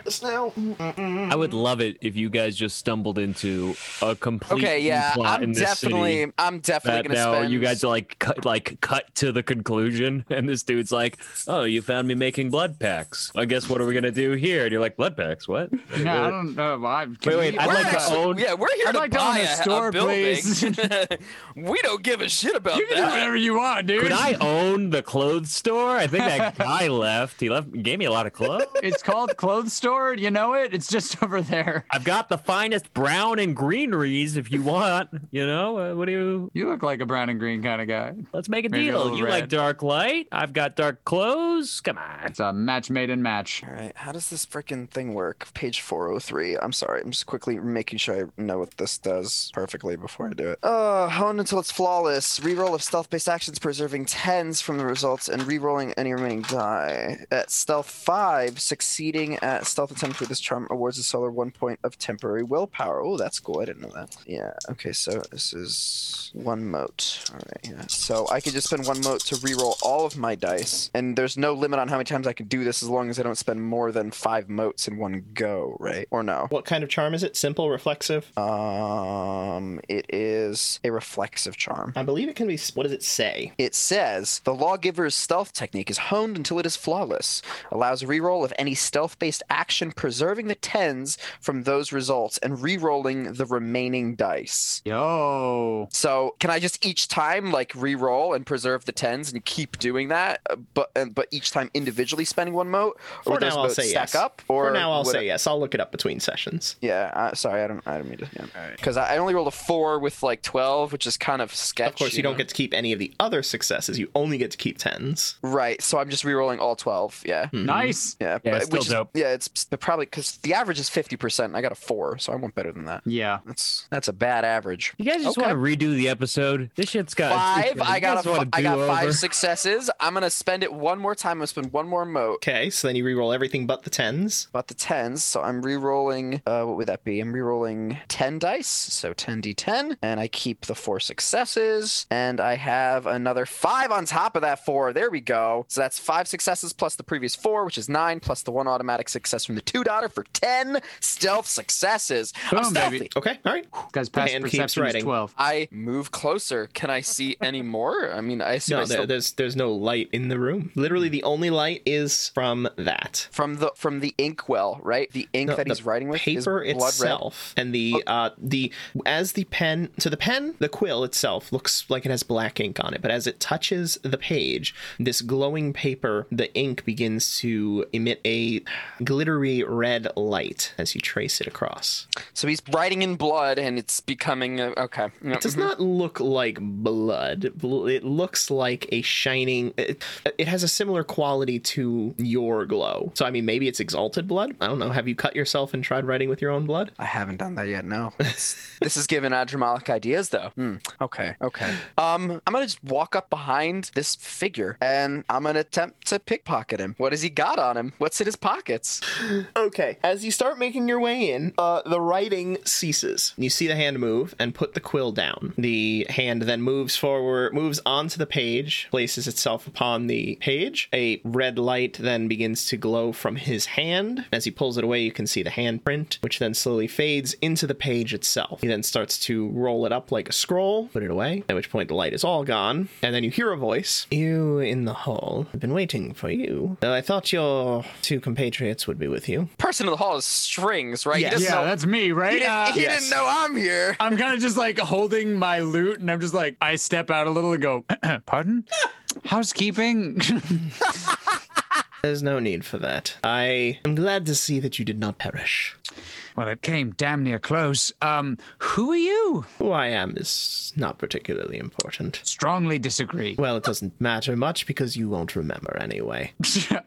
I would love it if you guys just stumbled into a complete
Okay.
new
Yeah.
plot
I'm
in this city
definitely. I'm definitely
That
gonna
now
spend.
you guys are like cut, like cut to the conclusion, and this dude's like, "Oh, you found me making blood packs. I guess what are we gonna do here?" And you're like, "Blood packs? What?"
Yeah, I don't know. I'm,
Wait, wait, I'd
We're
like to
actually-
own-
yeah, we're here
I'd
to
like to own
buy
a
a,
store,
a building.
please.
we don't give a shit about
You can do
that.
whatever you want, dude.
Could I own the clothes store? I think that guy left. He left, gave me a lot of clothes.
It's called clothes store. You know it. It's just over there.
I've got the finest brown and greeneries if you want. You know, uh, what do you?
You look like a brown and green kind of guy.
Let's make a
Maybe a
deal.
little
you like
red.
dark light? I've got dark clothes. Come on.
It's a match made in match.
All right, how does this freaking thing work? Page 403. I'm sorry, I'm just quickly making sure I know what this does perfectly before I do it. Uh, hone until it's flawless. Reroll of stealth based actions, preserving 10s from the results and rerolling any remaining die. At stealth 5, succeeding at stealth attempt with this charm awards the solar 1 point of temporary willpower. Oh, that's cool. I didn't know that. Yeah, okay, so this is one mote. All right, yeah. So I could just spend one mote to reroll all of my dice, and there's no limit on how many times I can do this as long as I don't spend more than five motes in one go, right? Or no?
What kind of charm is it? Simple, reflexive?
Um, it is a reflexive charm.
I believe it can be. What does it say?
It says the lawgiver's stealth technique is honed until it is flawless. Allows a reroll of any stealth-based action, preserving the tens from those results and rerolling the remaining dice.
Yo.
So can I just each time like re-roll and preserve the tens and keep doing that, uh, but and, but each time individually spending one moat,
For
would
now,
those
I'll
motes
say
stack
yes.
up, or
For now, I'll
would
say yes. I'll look it up between sessions.
Yeah, uh, sorry, I don't, I don't mean to. Because I I only rolled a four with like twelve, which is kind of sketchy.
Of course, you don't get to keep any of the other successes. You only get to keep tens.
right. So I'm just re-rolling all twelve. Yeah,
Nice.
yeah,
Yeah,
but-
still
which is-
dope.
yeah, it's p- probably because the average is fifty percent. I got a four, so I went better than that.
Yeah.
That's that's a bad average.
You guys just
Okay.
want to redo the episode? This shit's got
Five. I got a,
I
fi- I got five successes. I'm gonna spend it one more time. I'm gonna spend one more moat.
Okay, so then you re-roll everything but the tens.
about the tens. So I'm re-rolling. Uh, what would that be? I'm re-rolling ten dice. So ten d10, and I keep the four successes, and I have another five on top of that four. There we go. So that's five successes plus the previous four, which is nine, plus the one automatic success from the two daughter for ten stealth successes. I'm
Boom, baby.
stealthy.
Okay, all right.
Guys, past
hand keeps
perception
writing.
is 12.
I move closer. Can I see any more? I mean, I assume
No,
I
there,
still... Hmm.
there's there's no light in the room. Literally, the only light is from that.
from the from the inkwell, right? The ink
No,
that
the
he's writing with is
paper
blood red. Oh.
itself and the uh the as the pen so the pen the quill itself looks like it has black ink on it but as it touches the page this glowing paper the ink begins to emit a glittery red light as you trace it across
So he's writing in blood, and it's becoming a, okay.
it does not look like blood Bl- it looks like a shining it, it has a similar quality to your glow so i mean maybe it's exalted blood i don't know have you cut yourself and tried writing with your own blood
I haven't done that yet. No. Wow. It's- this is giving Adramalic ideas, though. Hmm. Okay. Okay. Um, I'm gonna just walk up behind this figure and I'm gonna attempt to pickpocket him. What has he got on him? What's in his pockets?
Okay, as you start making your way in, uh, the writing ceases. You see the hand move and put the quill down. The hand then moves forward, moves onto the page, places itself upon the page. A red light then begins to glow from his hand. As he pulls it away, you can see the handprint, which then slowly fades into the page itself. He then starts to roll it up like a scroll, put it away, at which point the light is all gone. And then you hear a voice You in the hall. I've been waiting for you. Though I thought your two compatriots would be with you.
Person in the hall is strings, right?
Yeah.
He doesn't
Yeah,
know.
that's me,
he,
right?
didn't,
Uh,
he
yes.
didn't know I'm here.
I'm kind of just like holding my loot, and I'm just like, I step out a little and go, "Pardon? Housekeeping?
There's no need for that. I am glad to see that you did not perish.
well, it came damn near close. Um, who are you?
Who I am is not particularly important.
Strongly disagree.
Well, it doesn't matter much because you won't remember anyway.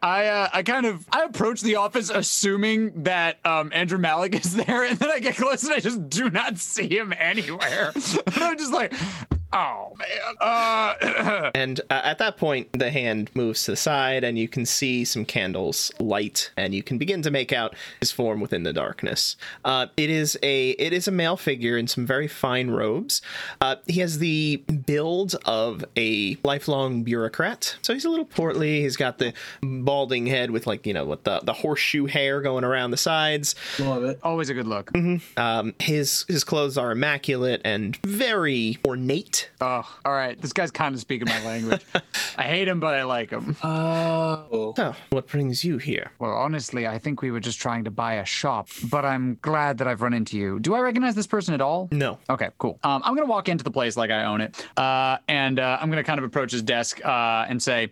I uh, I kind of I approach the office assuming that um, Andrew Malik is there, and then I get close and I just do not see him anywhere. and I'm just like, oh man. Uh,
And uh, at that point, the hand moves to the side, and you can see some candles light, and you can begin to make out his form within the darkness. Uh, it is a it is a male figure in some very fine robes. Uh, he has the build of a lifelong bureaucrat, so he's a little portly. He's got the balding head with like you know what the the horseshoe hair going around the sides.
Love it.
always a good look.
Um, his his clothes are immaculate and very ornate.
Oh, all right. This guy's kind of speaking my language. I hate him, but I like him.
Oh.
Oh, what brings you here?
Well, honestly, I think we were just trying to buy a shop, but I'm glad that I've run into you. Do I recognize this person at all?
No.
Okay, cool. Um, I'm gonna walk into the place like I own it, uh, and uh, I'm gonna kind of approach his desk uh, and say,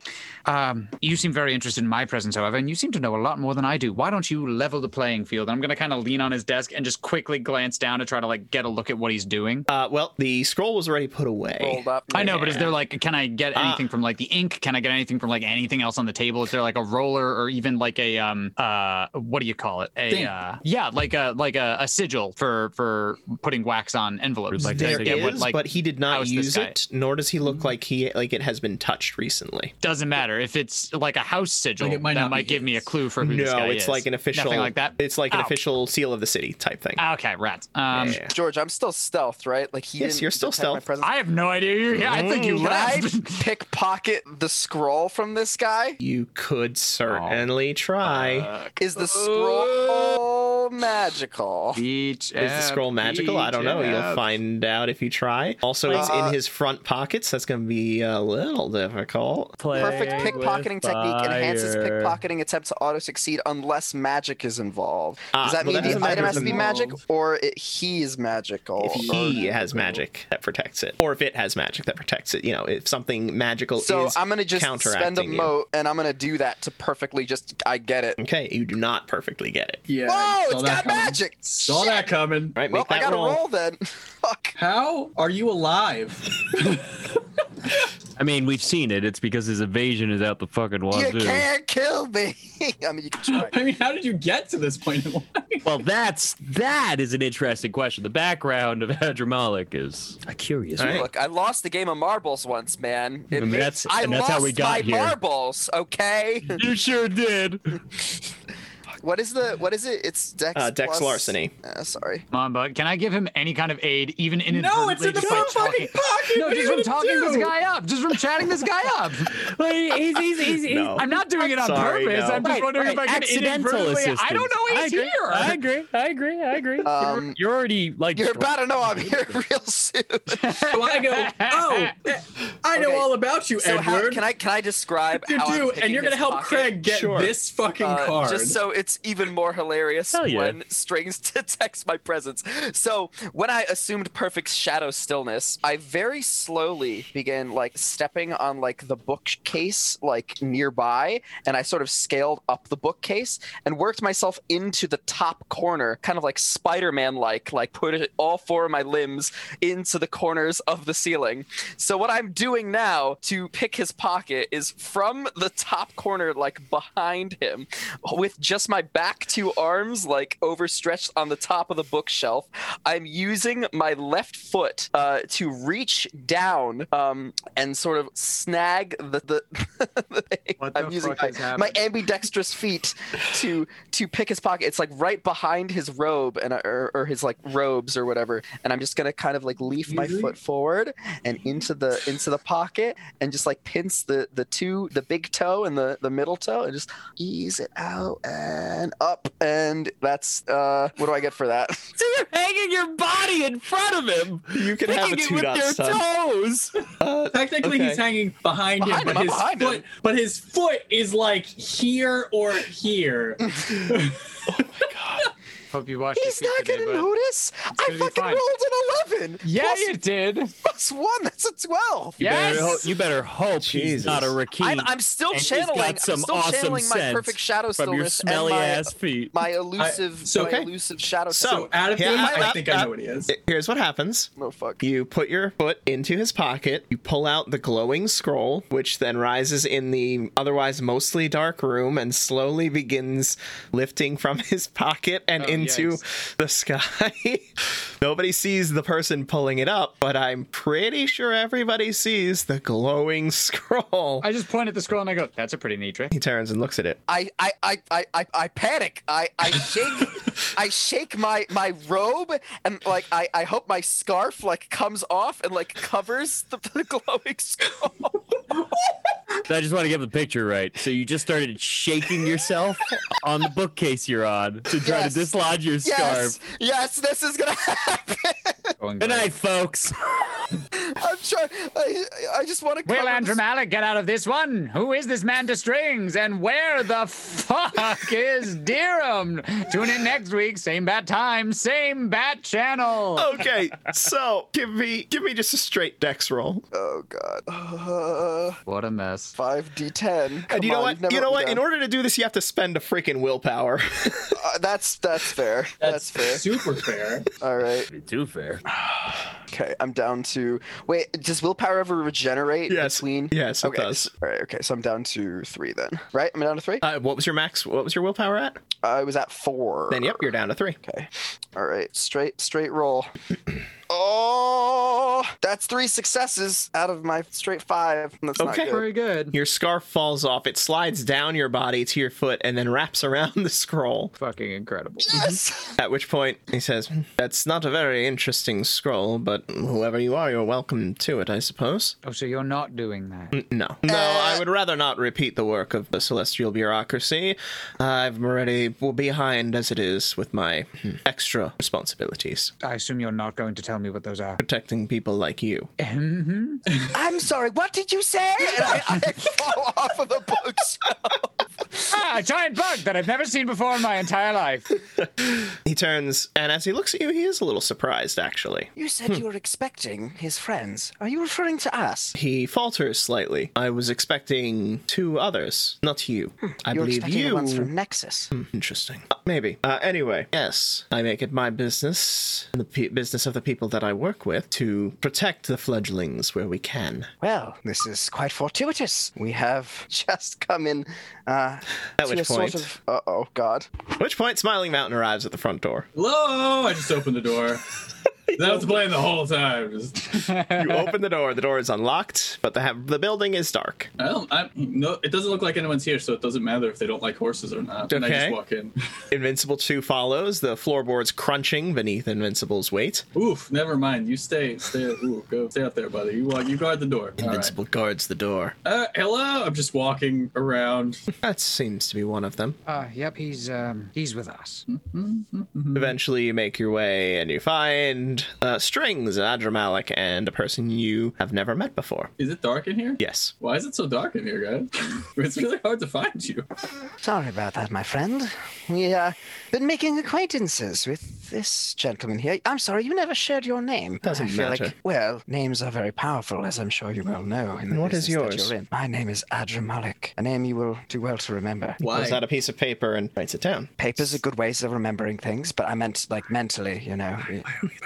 um, "You seem very interested in my presence, however, and you seem to know a lot more than I do. Why don't you level the playing field?" And I'm gonna kind of lean on his desk and just quickly glance down to try to like get a look at what he's doing.
Uh, well, the scroll was already put away.
Rolled up.
I know, but is there like, can I
Uh.
get anything from like the ink? Can I get anything from like anything else on the table? Is there like a roller or even like a um uh what do you call it? A
Stamp.
uh, yeah, like a like a, a sigil for for putting wax on envelopes. Like
There
to get
is,
what,
but he did not
house this
use
guy.
it, nor does he look like he like it has been touched recently.
doesn't matter if it's like a house sigil.
Like, it might
that
not be
might give me a
his.
clue for who this
No,
guy
it's
is.
like an official
Nothing like that.
It's like an
Ow.
official seal of the city type thing.
Okay, rats. Um,
Yeah.
George, I'm still stealth, right? Like he.
Yes,
didn't
you're still
detect my
stealth.
presence.
I have no idea. You, yeah, I think you
Can I
left.
pickpocket the scroll from this guy?
You could certainly try.
Uh,
Is the
Oh.
scroll magical?
Beach
is the scroll magical? I don't know. You'll find out if you try. Also, it's
Uh,
in his front pockets. That's going to be a little difficult.
Perfect pickpocketing technique enhances
fire.
pickpocketing attempt to auto succeed unless magic is involved.
Ah,
Does that
well, that
mean
doesn't
the
matter
item
if
has to be
it's
magic
involved.
or it, he is magical?
If
Oh,
he has magic that protects it, or if it has magic that protects it, you know, if something magical
so
is
I'm gonna just spend a
counteracting you.
moat and I'm gonna do that to perfectly just I get it.
Okay, you do not perfectly get it.
Yeah.
Whoa,
saw
it's
that
got
coming.
magic!
Saw
Shit.
that coming.
All right,
Well,
make
I
that
gotta
roll.
roll, then. Fuck.
How are you alive?
I mean, we've seen it. It's because his evasion is out the fucking
You
wazoo.
can't kill me. I mean, you can try.
I mean, how did you get to this point in life?
Well, that's that is an interesting question. The background of Adramalik is a curious.
All right.
one.
Look, I lost the game of marbles once, man. It
And
made-
that's-
I
and that's
lost
how we
my
got here.
marbles. Okay.
You sure did.
what is the? What is it? It's Dex.
Uh, Dex
plus-
larceny.
Uh, sorry.
Come on, bud. Can I give him any kind of aid, even in
No, it's in the front fucking pocket.
No,
What are
just
you gonna
from talking
do?
this guy up. Just from chatting this guy up.
Like, he's, he's, he's, he's,
No.
I'm not doing it on
Sorry,
purpose.
no.
I'm just
Right,
wondering
right,
if I can
accidental
inadvertently.
assistance.
I don't know he's
I agree,
here.
I agree. I agree. I agree.
Um,
you're, you're already like
You're about to know I'm here real soon.
So I go, oh, eh, I know
Okay,
all about you,
so how,
Edward.
can I can I describe
you
how I'm
do,
picking
and you're gonna
his
help
pocket?
Craig get
Sure.
this fucking
Uh,
card.
Just so it's even more hilarious
Hell yeah.
when strings detects my presence. So when I assumed perfect shadow stillness, I very slowly began like stepping on like the bookcase like nearby, and I sort of scaled up the bookcase and worked myself into the top corner, kind of like Spider-Man like, like put it- all four of my limbs into the corners of the ceiling. So what I'm doing now to pick his pocket is from the top corner, like behind him, with just my back two arms like overstretched on the top of the bookshelf. I'm using my left foot uh, to reach down um, and sort of snag the the. the thing.
What
I'm
the
using
fuck
my,
has
my
happened?
ambidextrous feet to to pick his pocket. It's like right behind his robe and uh, or, or his like robes or whatever. And I'm just gonna kind of like leaf my foot forward and into the into the pocket and just like pinch the the two the big toe and the the middle toe and just ease it out and up and that's uh what do I get for that?
So you're hanging your body in front of him,
you can have a
picking it
two
with
dot
your
son.
toes.
Technically,
Okay.
he's hanging behind,
Behind
him,
him,
but
I'm
his
behind
foot,
him.
but his foot is like here or here.
Hope you watched.
He's
your feet
not
today,
gonna
bud.
notice. I
gonna be
fucking
fine.
rolled an eleven.
Yeah,
Plus-
you did.
plus one. That's a twelve.
You better ho-
Yes.
you better hope he's
Jesus.
not a Rakim.
I'm, I'm still
And he's got
channeling. I'm
some
still
awesome
channeling my
sense
perfect shadow
from your
stillness and
smelly
my-
ass feet.
my elusive,
so-
my
Okay.
elusive shadow.
So-
So out of
Yeah,
him,
I-
I,
I-
think I know what he is.
Here's what happens.
no fuck.
You put your foot into his pocket, you pull out the glowing scroll, which then rises in the otherwise mostly dark room and slowly begins lifting from his pocket and
Oh,
into the sky. Nobody sees the person pulling it up, but I'm pretty sure everybody sees the glowing scroll.
I just point at the scroll and I go, "That's a pretty neat trick."
he turns and looks at it.
I, I, I, I, I, I panic. I, I shake, I shake my my robe, and like I, I hope my scarf like comes off and like covers the, the glowing skull.
I just want to get the picture right. So you just started shaking yourself on the bookcase you're on to try
Yes.
to dislodge your
yes,
scarf.
yes, this is gonna happen.
Going
Good
great.
night, folks.
I'm trying. I, I just want to.
Will
cover
Andrew
this-
Malik get out of this one? Who is this man to strings? And where the fuck is Deerham? Tune in next week, same bat time, same bat channel.
Oh.
Okay, so give me give me just a straight dex roll.
Oh God. Uh,
What a mess.
Five D ten.
and Uh, you know what? You know what? In order to do this, you have to spend a freaking willpower.
Uh, that's that's fair. That's, fair.
Super fair.
All right.
Too fair.
Okay, I'm down to wait. Does willpower ever regenerate
Yes.
between?
Yes, it
okay.
does.
All right. Okay, so I'm down to three then. Right? I'm down to three.
Uh, what was your max? What was your willpower at?
I was at four.
Then yep, you're down to three.
Okay. All right. Straight straight roll. oh, that's three successes out of my straight five. That's
Okay.
Not good.
good.
Your scarf falls off. It slides down your body to your foot and then wraps around the scroll.
Fucking incredible.
Yes.
At which point he says, "That's not a very interesting scroll, but whoever you are, you're welcome to it, I suppose."
Oh, so you're not doing
Mm.
that.
No, no, I would rather not repeat the work of the celestial bureaucracy. I'm already well, behind as it is with my hmm, extra responsibilities,
I assume you're not going to tell me what those are.
protecting people like you.
I'm sorry. What did you say? And I, I fall off of the bookshelf.
Ah, a giant bug that I've never seen before in my entire life.
He turns, and as he looks at you, he is a little surprised, actually.
You said you were expecting his friends. Are you referring to us?
He falters slightly. I was expecting two others, not you. I
You're
believe
Hmm, expecting the
you.
ones from Nexus.
Interesting. Uh, maybe. Uh, anyway, yes, I make it my business, and the pe- business of the people that I work with, to protect the fledglings where we can.
Well, this is quite fortuitous.
We have just come in uh,
At
to
which
a sort
point,
of. Uh oh, God.
at which point, Smiling Mountain arrives at the front door.
Hello. I just opened the door. That was playing the whole time. Just,
You open the door. The door is unlocked, but the ha- the building is dark.
I don't. I, no, it doesn't look like anyone's here, so it doesn't matter if they don't like horses or not. And I
Okay.
just walk in.
Invincible Two follows. The floorboards crunching beneath Invincible's weight.
Oof. Never mind. You stay. Stay. Ooh, go. Stay out there, buddy. You walk. You guard the door. All right.
Invincible guards the door.
Uh, hello. I'm just walking around.
That seems to be one of them.
Uh, yep, he's um, he's with us.
Mm. Eventually, you make your way and you find uh, Strings, Adramalic, and a person you have never met before.
Is it dark in here?
Yes.
Why is it so dark in here, guys? it's really hard to find you.
Sorry about that, my friend. We uh, been making acquaintances with this gentleman here. I'm sorry, you never shared your name.
Doesn't
I feel
matter.
Like, well, names are very powerful, as I'm sure you well know. In the
And what is
business that
yours?
you're in. My name is Adramalik, a name you will do well to remember.
Why?
Pulls out a piece of paper and writes it down.
Papers are good ways of remembering things, but I meant like mentally, you know.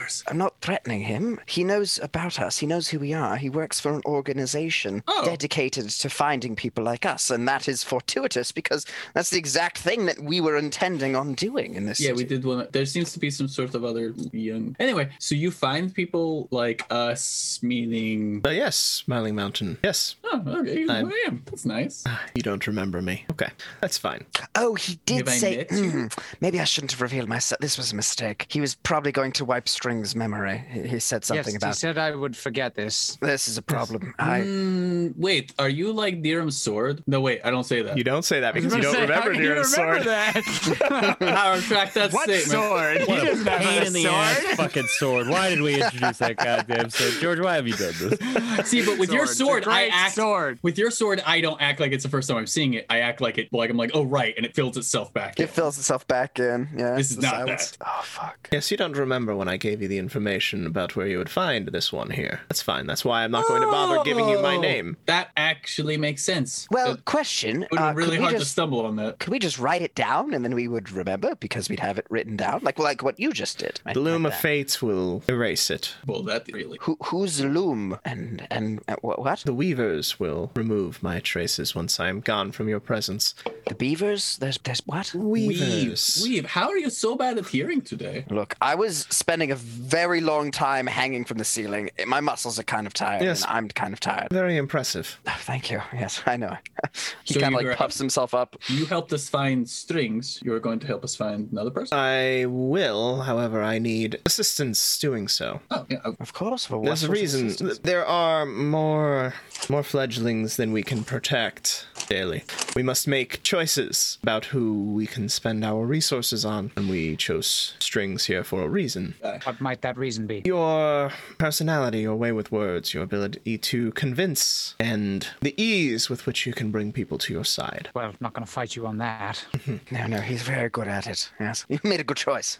us. I'm not threatening him. He knows about us. He knows who we are. He works for an organization
Oh.
dedicated to finding people like us, and that is fortuitous because that's the exact thing that we were intending on doing in this.
Yeah, we
city.
did one. There seems to be some sort of other young. Anyway, so you find people like us, meaning.
But Uh, yes, Smiling Mountain. Yes,
Oh, okay, you know
I'm-
who I am. That's nice.
you don't remember me. Okay, that's fine.
Oh, he did
Have I
say.
met you?
"Hmm, maybe I shouldn't have revealed myself. This was a mistake. He was probably going to wipe String's memory. He he said something
yes,
about.
he said I would forget this.
this is a problem. I.
Mm, wait, are you like Dirham's sword? No, wait, I don't say that.
You don't say that because you don't
Say, how
remember
can you
Nero Sword.
that?
I retract that
what
statement.
sword?
What
He
a
doesn't have
pain
a
in the
sword.
ass fucking sword. Why did we introduce that goddamn sword? George, why have you done this?
See, but with your
It's a
sword, I
great
act.
sword.
With your sword, I don't act like it's the first time I'm seeing it. I act like it, like I'm like, oh right, and it fills itself back. in.
It fills itself back in. Yeah.
This is
the
not
silence. Oh fuck.
Yes, you don't remember when I gave you the information about where you would find this one here. That's fine. That's why I'm not going to bother giving you my
Oh,
name.
That actually makes sense.
Well,
it
question.
would
uh,
have
could
been really
we
hard to
just-
stumble on that.
Could we just write it down and then we would remember because we'd have it written down, like like what you just did. right?
The loom
Like
of
that.
fates will erase it.
Well, that really.
Who, who's loom and and uh, what, what?
The weavers will remove my traces once I am gone from your presence.
The beavers? There's there's what?
Weave, weave. How are you so bad at hearing today?
Look, I was spending a very long time hanging from the ceiling. My muscles are kind of tired.
Yes.
and I'm kind of tired.
Very impressive.
Oh, thank you. Yes, I know.
He
So
kind
you
of like
grab-
puffs himself up.
You helped us find strings. You're going to help us find another person.
I will, however, I need assistance doing so.
oh, yeah. oh,
Of course, for what
There's a
sort of
reason.
assistance?
There are more more fledglings than we can protect daily. We must make choices about who we can spend our resources on, and we chose strings here for a reason.
What might that reason be?
Your personality, your way with words, your ability to convince, and the ease with which you can bring people to your side.
Well, I'm not going to fight you on that.
No, no, he's very good at it. Yes, you made a good choice.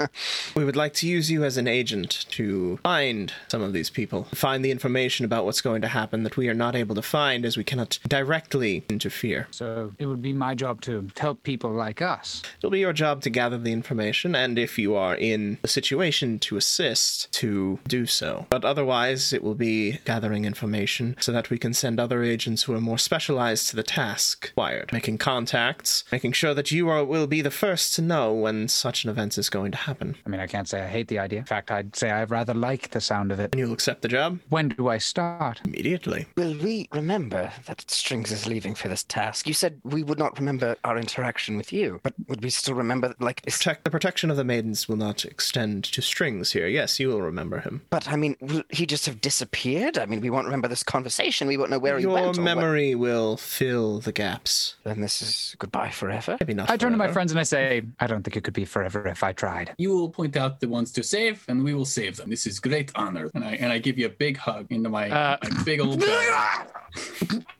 We would like to use you as an agent to find some of these people, find the information about what's going to happen that we are not able to find as we cannot directly interfere.
So it would be my job to help people like us.
It'll be your job to gather the information, and if you are in a situation to assist, to do so. But otherwise, it will be gathering information so that we can send other agents who are more specialized to the task required, making contacts, making sure that you are, will be the first to know when such an event is going to happen.
I mean, I can't say I hate the idea. In fact, I'd say I rather like the sound of it.
And you'll accept the job?
When do I start?
Immediately.
Will we remember that Strings is leaving for this task? You said we would not remember our interaction with you, but would we still remember, like, is-
Protect, the protection of the maidens will not extend to strings here. Yes, you will remember him.
but I mean, will he just have disappeared? I mean, we won't remember this conversation. We won't know where he
Your
went. or what-
memory will fill the gaps.
Then this is goodbye forever.
Maybe not.
I turn to my
forever.
friends and I say, I don't think it could be forever if I tried.
You will point out the ones to save, and we will save them. This is great honor, and I and I give you a big hug into my,
Uh,
my big old belly.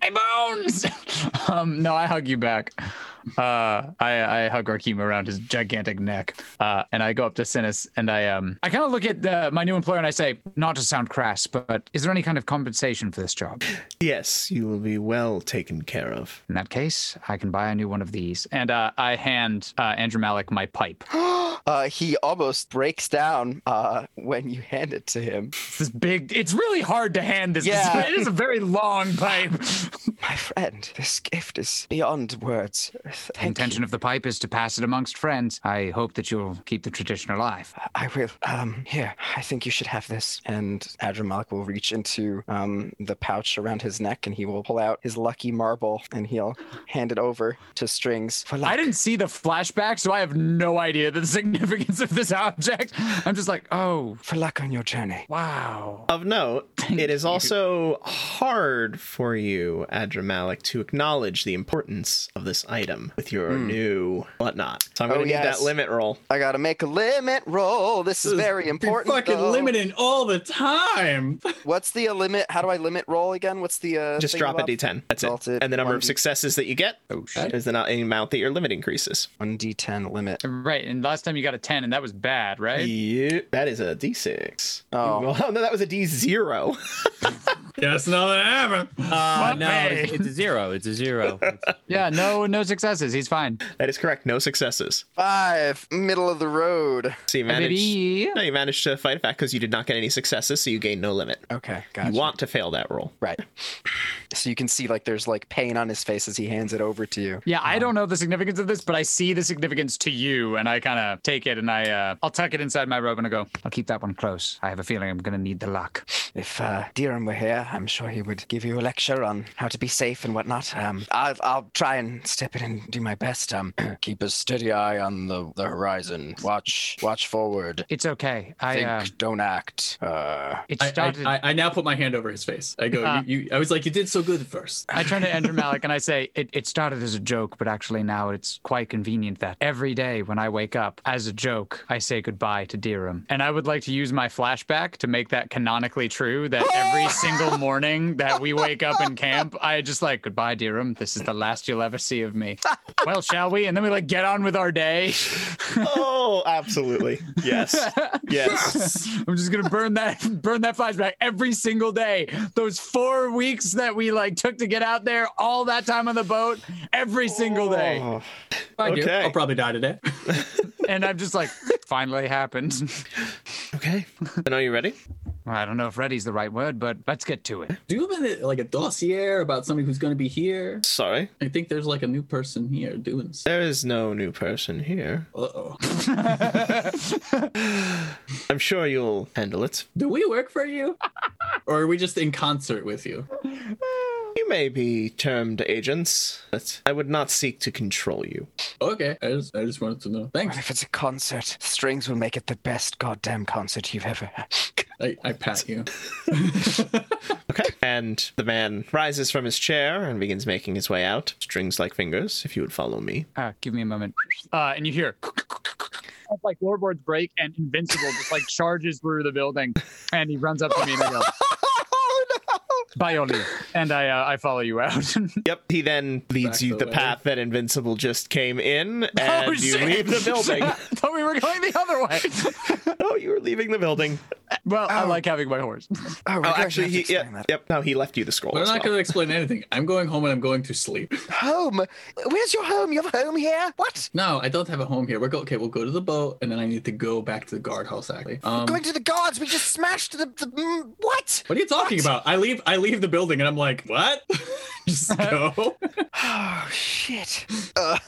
my bones.
Um, no, I hug you back. Uh, I, I hug Rakim around his gigantic neck, uh, and I go up to Sinus and I um I kind of look at the, my new employer and I say, not to sound crass, but is there any kind of compensation for this job?
Yes, you will be well taken care of.
In that case, I can buy a new one of these, and uh, I hand uh, Andrew Malik my pipe.
Uh, he almost breaks down uh, when you hand it to him.
It's this big. It's really hard to hand this.
Yeah.
it is a very long pipe.
My friend, this gift is beyond words.
The
Thank
intention of the pipe is to pass it amongst friends. I hope that you'll keep the tradition alive.
I will. Um, here, I think you should have this.
And Adramalik will reach into um, the pouch around his neck and he will pull out his lucky marble and he'll hand it over to Strings. For luck.
I didn't see the flashback, so I have no idea the significance of this object. I'm just like, oh,
For luck on your journey.
wow.
Of note, it is also hard for you, Adramalik, to acknowledge the importance of this item with your new whatnot. So I'm going to need
Hmm. Oh, yes.
that limit roll.
I gotta make a limit roll. This is very important.
Fucking
though.
limiting all the time.
What's the uh, limit? How do I limit roll again? What's the uh,
Just
thing
drop a
about-
d10. That's
Vault
it.
it,
And the number of
1d10.
successes that you get
Oh,
is the not- amount that your limit increases.
1d10 limit.
Right, and last time you got a 10, and that was bad, right?
Yeah, that is a d6.
Oh.
Well, no, that was a d0.
Guess nothing happened.
Uh,
Fuck
no,
me.
it's, it's a zero. It's a zero.
Yeah, no, no successes. He's fine.
That is correct. No successes.
Five, middle of the road.
So you managed.
Maybe.
No, you managed to fight it back because you did not get any successes, so you gain no limit.
Okay,
You
gotcha.
want to fail that roll.
right. So you can see like there's like pain on his face as he hands it over to you.
Yeah,
Um,
I don't know the significance of this, but I see the significance to you, and I kind of take it and I, uh, I'll tuck it inside my robe and I go, I'll keep that one close. I have a feeling I'm gonna need the lock.
If uh, Deeran were here, I'm sure he would give you a lecture on how to be safe and whatnot. Um, I'll, I'll try and step in and do my best. Um,
Keep a steady eye on the, the horizon. Watch watch forward.
It's okay. I,
Think,
um,
uh,
don't act. Uh,
it
I,
started.
I, I, I now put my hand over his face. I go,
Uh.
Ah.
you, you, I was like, you did so good at first.
I turn to Andrew Malik and I say, it, it started as a joke, but actually now it's quite convenient that every day when I wake up, as a joke, I say goodbye to Deerham. And I would like to use my flashback to make that canonically true that every single morning that we wake up in camp, I just like, goodbye, Deerham. This is the last you'll ever see of me. well, shall we? And then we like get on with our day.
oh, absolutely. Yes. Yes.
I'm just gonna burn that burn that flashback every single day. Those four weeks that we like took to get out there, all that time on the boat, every single day.
Oh.
Bye, dear.
Okay.
I'll probably die today.
And I'm just like, finally happened.
Okay. Then are you ready?
Well, I don't know if ready's the right word, but let's get to it.
Do you have any, like a dossier about somebody who's going to be here?
Sorry.
I think there's like a new person here doing stuff.
There is no new person here.
Uh oh.
I'm sure you'll handle it.
Do we work for you? or are we just in concert with you?
You may be termed agents, but I would not seek to control you.
Okay. I just, I just wanted to know. Thanks.
Well, if it's a concert, strings will make it the best goddamn concert you've ever had. Oh,
I, I pat you.
Okay. And the man rises from his chair and begins making his way out, strings like fingers, if you would follow me.
Uh, give me a moment. Uh, and you hear it's like floorboards break and Invincible just like charges through the building, and he runs up to me and I go, "By your leave," and I uh, I follow you out.
Yep. He then
Back
leads you
the
the
way.
path that Invincible just came in, and
Oh,
you
shit.
leave the building.
I thought we were going the other way.
oh, you were leaving the building.
Well, I like having my horse.
Oh, we're
Oh,
going to
actually,
have to
he,
explain
yeah, yep. No, he left you the scroll.
We're
as
not
well.
going to explain anything. I'm going home and I'm going to sleep.
that. Home? Where's your home? You have a home here? What?
No, I don't have a home here. We're go- okay. We'll go to the boat and then I need to go back to the guardhouse. Actually. Um,
Going to the guards? We just smashed the, the mm, what?
what are you talking about? I leave. I leave the building and I'm like, what? just go.
Oh shit! Uh,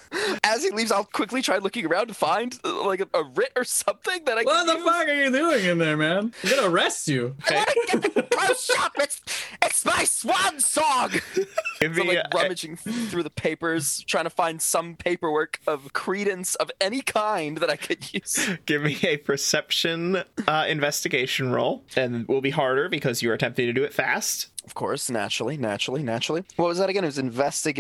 as he leaves, I'll quickly try looking around to find uh, like a, a writ or something that I
What
can
the
use.
fuck are you doing in there, man? I'm gonna arrest you.
I want to get the close up. It's it's my swan song.
Give
So,
me
like
a-
rummaging through the papers, trying to find some paperwork of credence of any kind that I could use.
Give me a perception uh, investigation roll, and will be harder because you're attempting to do it fast.
Of course, naturally, naturally, naturally. What was that again? It was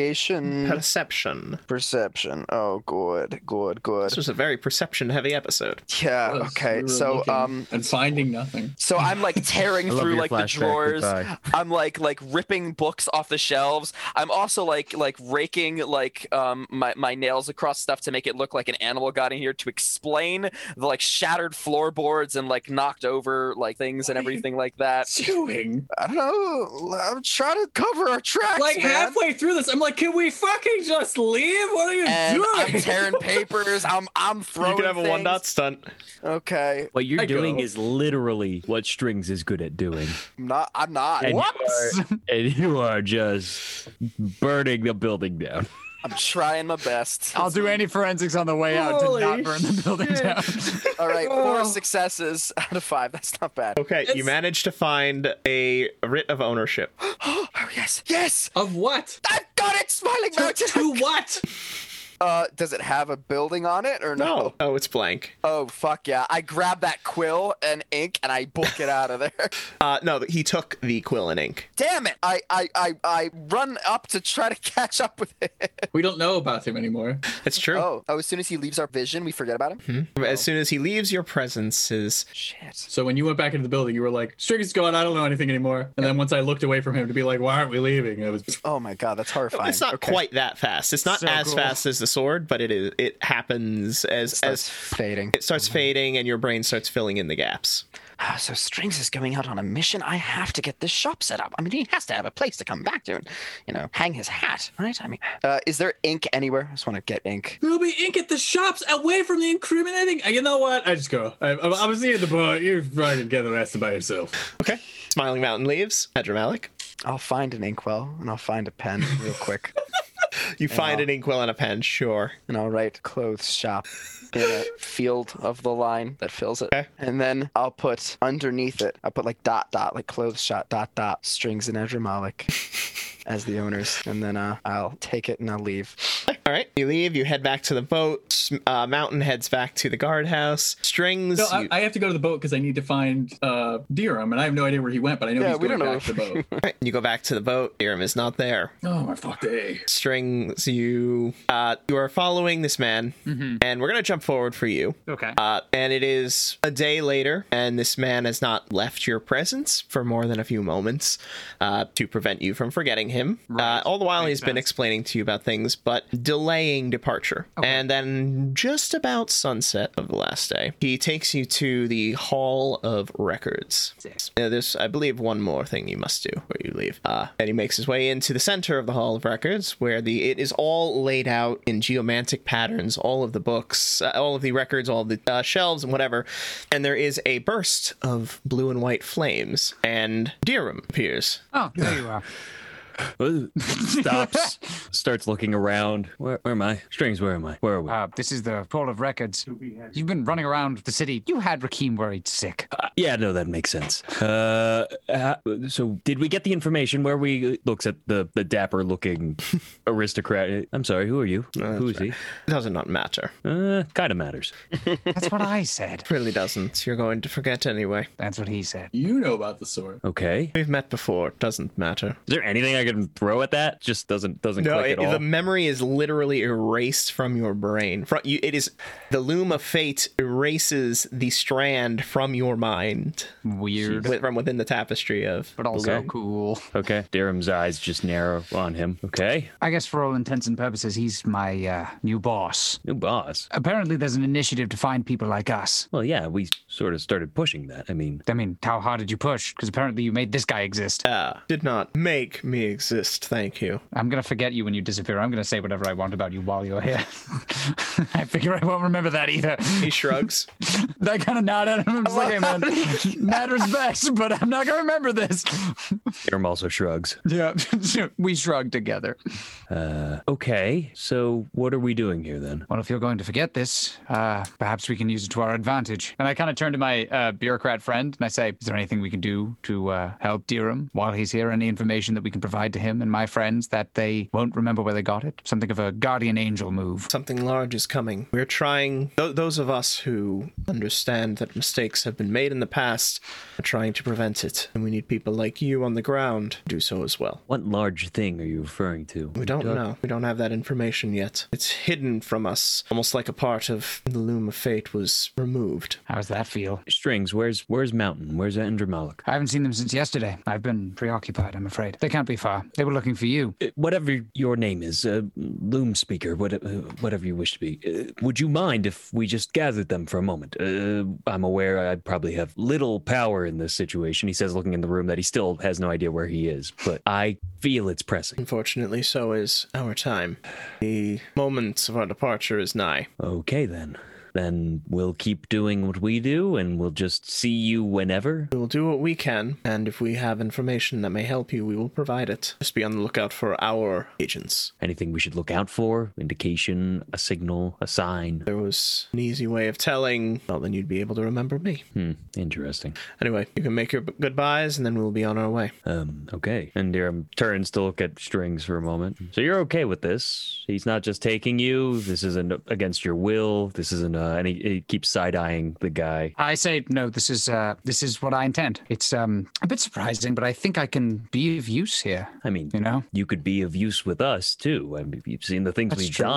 investigation,
Perception.
perception. Oh, good, good, good.
This was a very perception-heavy episode.
Yeah.
Yes, we
Okay.
were
So,
looking
um,
and finding nothing.
So I'm like tearing
I love
through
your
like the
flashback,
drawers.
goodbye.
I'm like like ripping books off the shelves. I'm also like like raking like um my, my nails across stuff to make it look like an animal got in here to explain the like shattered floorboards and like knocked over like things and
What are you-
everything like that.
Chewing.
I don't know. I'm trying to cover our tracks.
Like
man.
halfway through this, I'm like, can we fucking just leave? What are you
And
doing?
I'm tearing papers. I'm I'm throwing.
you can have a
things.
one-dot stunt.
Okay.
What you're
I
doing
go.
is literally what Strings is good at doing.
I'm not. I'm not.
And
What?
You are, and you are just burning the building down.
I'm trying my best.
I'll do any forensics on the way out to
Holy
not burn the building
shit.
down.
All right.
Oh.
Four successes out of five. That's not bad.
Okay, you
It's-
managed to find a writ of ownership.
oh yes, yes!
Of what?
I've got it, Smiling
To, to what?
Uh, does it have a building on it or no?
No. Oh, it's blank.
Oh fuck yeah! I grab that quill and ink and I book it out of there.
Uh, no, he took the quill and ink.
Damn it! I I I I run up to try to catch up with it.
We don't know about him anymore.
It's true.
Oh oh! As soon as he leaves our vision, we forget about him.
As soon as he leaves your presences,
Shit.
So when you went back into the building, you were like, Strix is gone. I don't know anything anymore. And then once I looked away from him to be like, why aren't we leaving? I was
Oh my god, that's horrifying.
it's not
Okay.
quite that fast. It's not
So
as
cool.
fast as the sword, but it is it happens as
That's
as
fading.
it starts fading and your brain starts filling in the gaps.
Ah, so Strings is going out on a mission. I have to get this shop set up. I mean, he has to have a place to come back to and, you know, hang his hat, right? I mean,
Uh, is there ink anywhere? I just want to get ink.
Ruby Ink at the shops, away from the incriminating. Uh, You know what? I just go. I, I, I was near the bar. You're fucking get the rest by yourself.
Smiling Mountain leaves. Hedramalic.
I'll find an inkwell and I'll find a pen real quick.
You find an inkwell and a pen, sure.
and I'll write clothes shop in a field of the line that fills it.
Okay.
And then I'll put underneath it, I'll put like dot dot, like clothes shop dot dot, strings and Ezra Malik as the owners. And then uh, I'll take it and I'll leave.
Oh
All right, you leave. You head back to the boat. Uh, Mountain heads back to the guardhouse. Strings.
No, I,
you-
I have to go to the boat because I need to find uh, Deerham, and I have no idea where he went, but I know
Yeah,
he's
we
going
don't know
back to the boat.
All right, you go back to the boat. Iram is not there.
oh my fuck day!
Strings. You. Uh, you are following this man, and we're gonna jump forward for you.
Okay.
Uh, and it is a day later, and this man has not left your presence for more than a few moments uh, to prevent you from forgetting him. Uh, all the while, he's been explaining to you about things, but delaying departure. And then, just about sunset of the last day, he takes you to the Hall of Records. Uh, there's, I believe, one more thing you must do where you leave. Uh, and he makes his way into the center of the Hall of Records, where the it is all laid out in geomantic patterns, all of the books, uh, all of the records, all the uh, shelves, and whatever. And there is a burst of blue and white flames, and Deerham appears.
Oh, there you are.
Stops, starts looking around. Where, where am I? Strings, where am I? Where are we?
Uh, this is the Hall of Records. You've been running around the city. You had Raheem worried sick.
Yeah, no, that makes sense. Uh, uh, so did we get the information where we uh, looks at the the dapper looking aristocrat? I'm sorry, who are you? who is
Does not matter.
he? Uh, kind of matters.
That's what I said.
Really doesn't. You're going to forget anyway.
That's what he said.
You know about the sword.
Okay.
We've met before. Doesn't matter.
Is there anything I can throw at that? Just doesn't doesn't
No,
click
it,
at all.
the memory is literally erased from your brain. From you, it is the loom of fate erases the strand from your mind
Weird,
wi- from within the tapestry of.
but also
Okay.
cool.
Okay. Darum's eyes just narrow on him. Okay.
I guess for all intents and purposes, he's my uh, new boss.
New boss.
Apparently, there's an initiative to find people like us.
Well, yeah, we sort of started pushing that. I mean,
I mean, how hard did you push? Because apparently you made this guy exist.
Ah, did not make me exist. Thank you.
I'm gonna forget you when you disappear. I'm gonna say whatever I want about you while you're here. I figure I won't remember that either.
He shrugs.
I kind of nod at him. I'm just like, hey man, mad respect, but I'm not gonna remember this.
Darum also shrugs.
yeah, we shrug together.
Uh, okay. So what are we doing here then?
Well, if you're going to forget this, uh, perhaps we can use it to our advantage. And I kind of turn to my uh, bureaucrat friend and I say, Is there anything we can do to uh, help Deerham while he's here? Any information that we can provide to him and my friends that they won't remember where they got it? Something of a guardian angel move.
Something large is coming. We're trying. Th- those of us who understand that mistakes have been made in the past are trying to prevent it, and we need people like you on the ground to do so as well.
What large thing are you referring to?
We don't know. We don't have that information yet. It's hidden from us, almost like a part of the loom of fate was removed.
How does that feel?
Strings. Where's Where's Mountain? Where's Andromalik?
I haven't seen them since yesterday. I've been preoccupied, I'm afraid. They can't be far. They were looking for you.
Uh, Whatever your name is, uh, loom speaker, what, uh, whatever you wish to be. Uh, would you mind if we just gathered them for a moment? Uh, I'm aware I probably have little power in this situation. He says, looking in the room, that he still has no idea where he is, but I feel it's pressing.
Unfortunately, so is our time. The moment of our departure is nigh.
Okay, then. Then we'll keep doing what we do, and we'll just see you whenever.
We will do what we can, and if we have information that may help you, we will provide it. Just be on the lookout for our agents.
Anything we should look out for? Indication, a signal, a sign.
There was an easy way of telling. Well, then you'd be able to remember me.
Hmm, interesting.
Anyway, you can make your b- goodbyes, and then we'll be on our way.
Um, okay. And Durham turns to look at strings for a moment. So you're okay with this? He's not just taking you. This isn't against your will. This isn't uh, and he, he keeps side eyeing the guy.
I say no. This is uh, this is what I intend. It's um, a bit surprising, but I think I can be of use here.
I mean,
You know,
you could be of use with us too. I mean, you've seen the things
That's
we've
true.
done.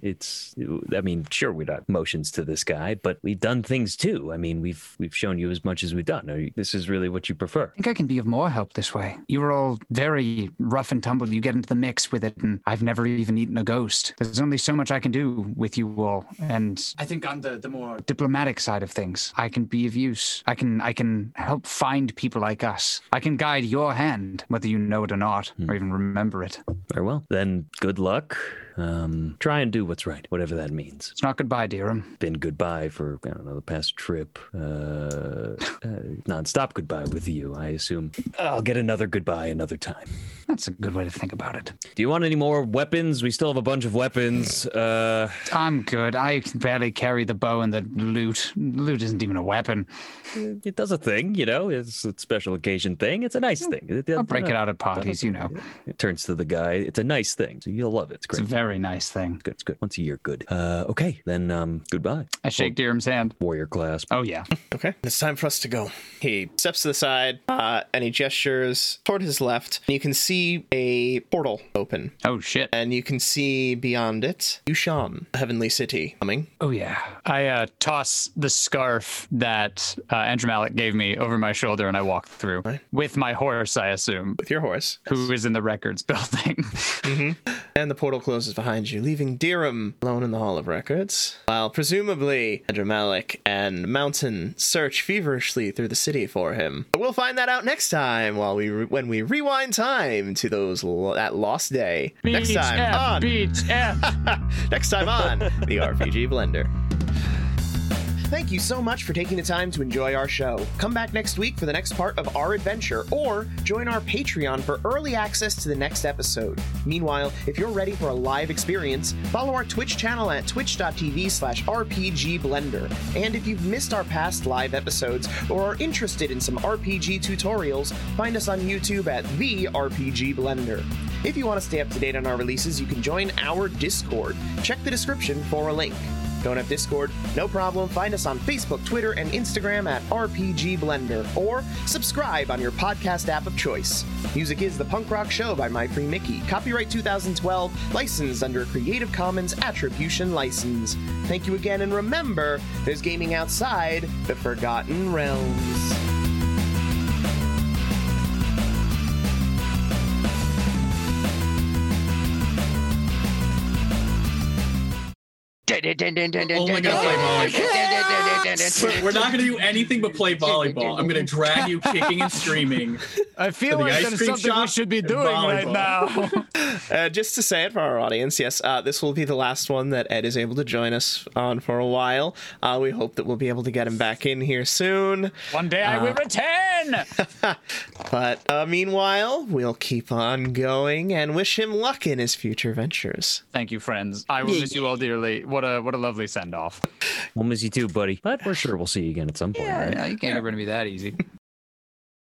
It's, I mean, sure we're not motions to this guy, but we've done things too. I mean, we've we've shown you as much as we've done. Are you, this is really what you prefer.
I think I can be of more help this way. You were all very rough and tumble. You get into the mix with it, and I've never even eaten a ghost. There's only so much I can do with you all, and I think on the, the more diplomatic side of things, I can be of use. I can I can help find people like us. I can guide your hand, whether you know it or not, or even remember it.
Very well. Then good luck. Um, try and do what's right, whatever that means.
It's not goodbye, dearum.
Been goodbye for I don't know the past trip. Uh, uh, nonstop goodbye with you. I assume I'll get another goodbye another time.
That's a good way to think about it.
Do you want any more weapons? We still have a bunch of weapons. Uh,
I'm good. I can barely carry the bow and the loot. Loot isn't even a weapon.
it does a thing, you know. It's a special occasion thing. It's a nice thing. It,
I'll break it out at parties, you know.
It turns to the guy. It's a nice thing. So you'll love it. It's
It's a
great.
very nice thing.
Good. It's good. Once a year, good. Uh, okay, then um, goodbye.
I shake Deerham's hand.
Warrior clasp.
Oh, yeah.
Okay. It's time for us to go. He steps to the side uh, and he gestures toward his left. And you can see a portal open.
Oh, shit.
And you can see beyond it Yushan, the heavenly city, coming.
Oh, yeah. I uh, toss the scarf that uh, Andrew Malik gave me over my shoulder and I walk through with my horse, I assume,
With your horse.
who is in the records building.
And the portal closes behind you, leaving Dirham alone in the Hall of Records, while presumably Andromalic and Mountain search feverishly through the city for him. But we'll find that out next time while we re- when we rewind time to those lo- that lost day. next time on
Beach F.
next time on the RPG Blender. Thank you so much for taking the time to enjoy our show. Come back next week for the next part of our adventure, or join our Patreon for early access to the next episode. Meanwhile, if you're ready for a live experience, follow our Twitch channel at twitch.tv slash rpgblender. And if you've missed our past live episodes or are interested in some RPG tutorials, find us on YouTube at the RPG Blender. If you want to stay up to date on our releases, you can join our Discord. Check the description for a link. Don't have Discord? No problem. Find us on Facebook, Twitter, and Instagram at RPG Blender, or subscribe on your podcast app of choice. Music is The Punk Rock Show by My Free Mickey. Copyright 2012, licensed under a Creative Commons Attribution License. Thank you again, and remember, there's gaming outside the Forgotten Realms.
Oh my god, play volleyball. We're not gonna do anything but play volleyball. I'm gonna drag you kicking and screaming.
I feel
The
like
ice
that is
cream
something we
shop
should be
and
doing right
volleyball.
now.
Uh, just to say it for our audience, yes, uh, this will be the last one that Ed is able to join us on for a while. Uh, we hope that we'll be able to get him back in here soon.
One day I will return.
But uh, meanwhile, we'll keep on going and wish him luck in his future ventures.
Thank you, friends. I will miss you all dearly. What a what a lovely send off.
We'll miss you too, buddy. But we're sure we'll see you again at some point. right?
you can't get rid of me that easy.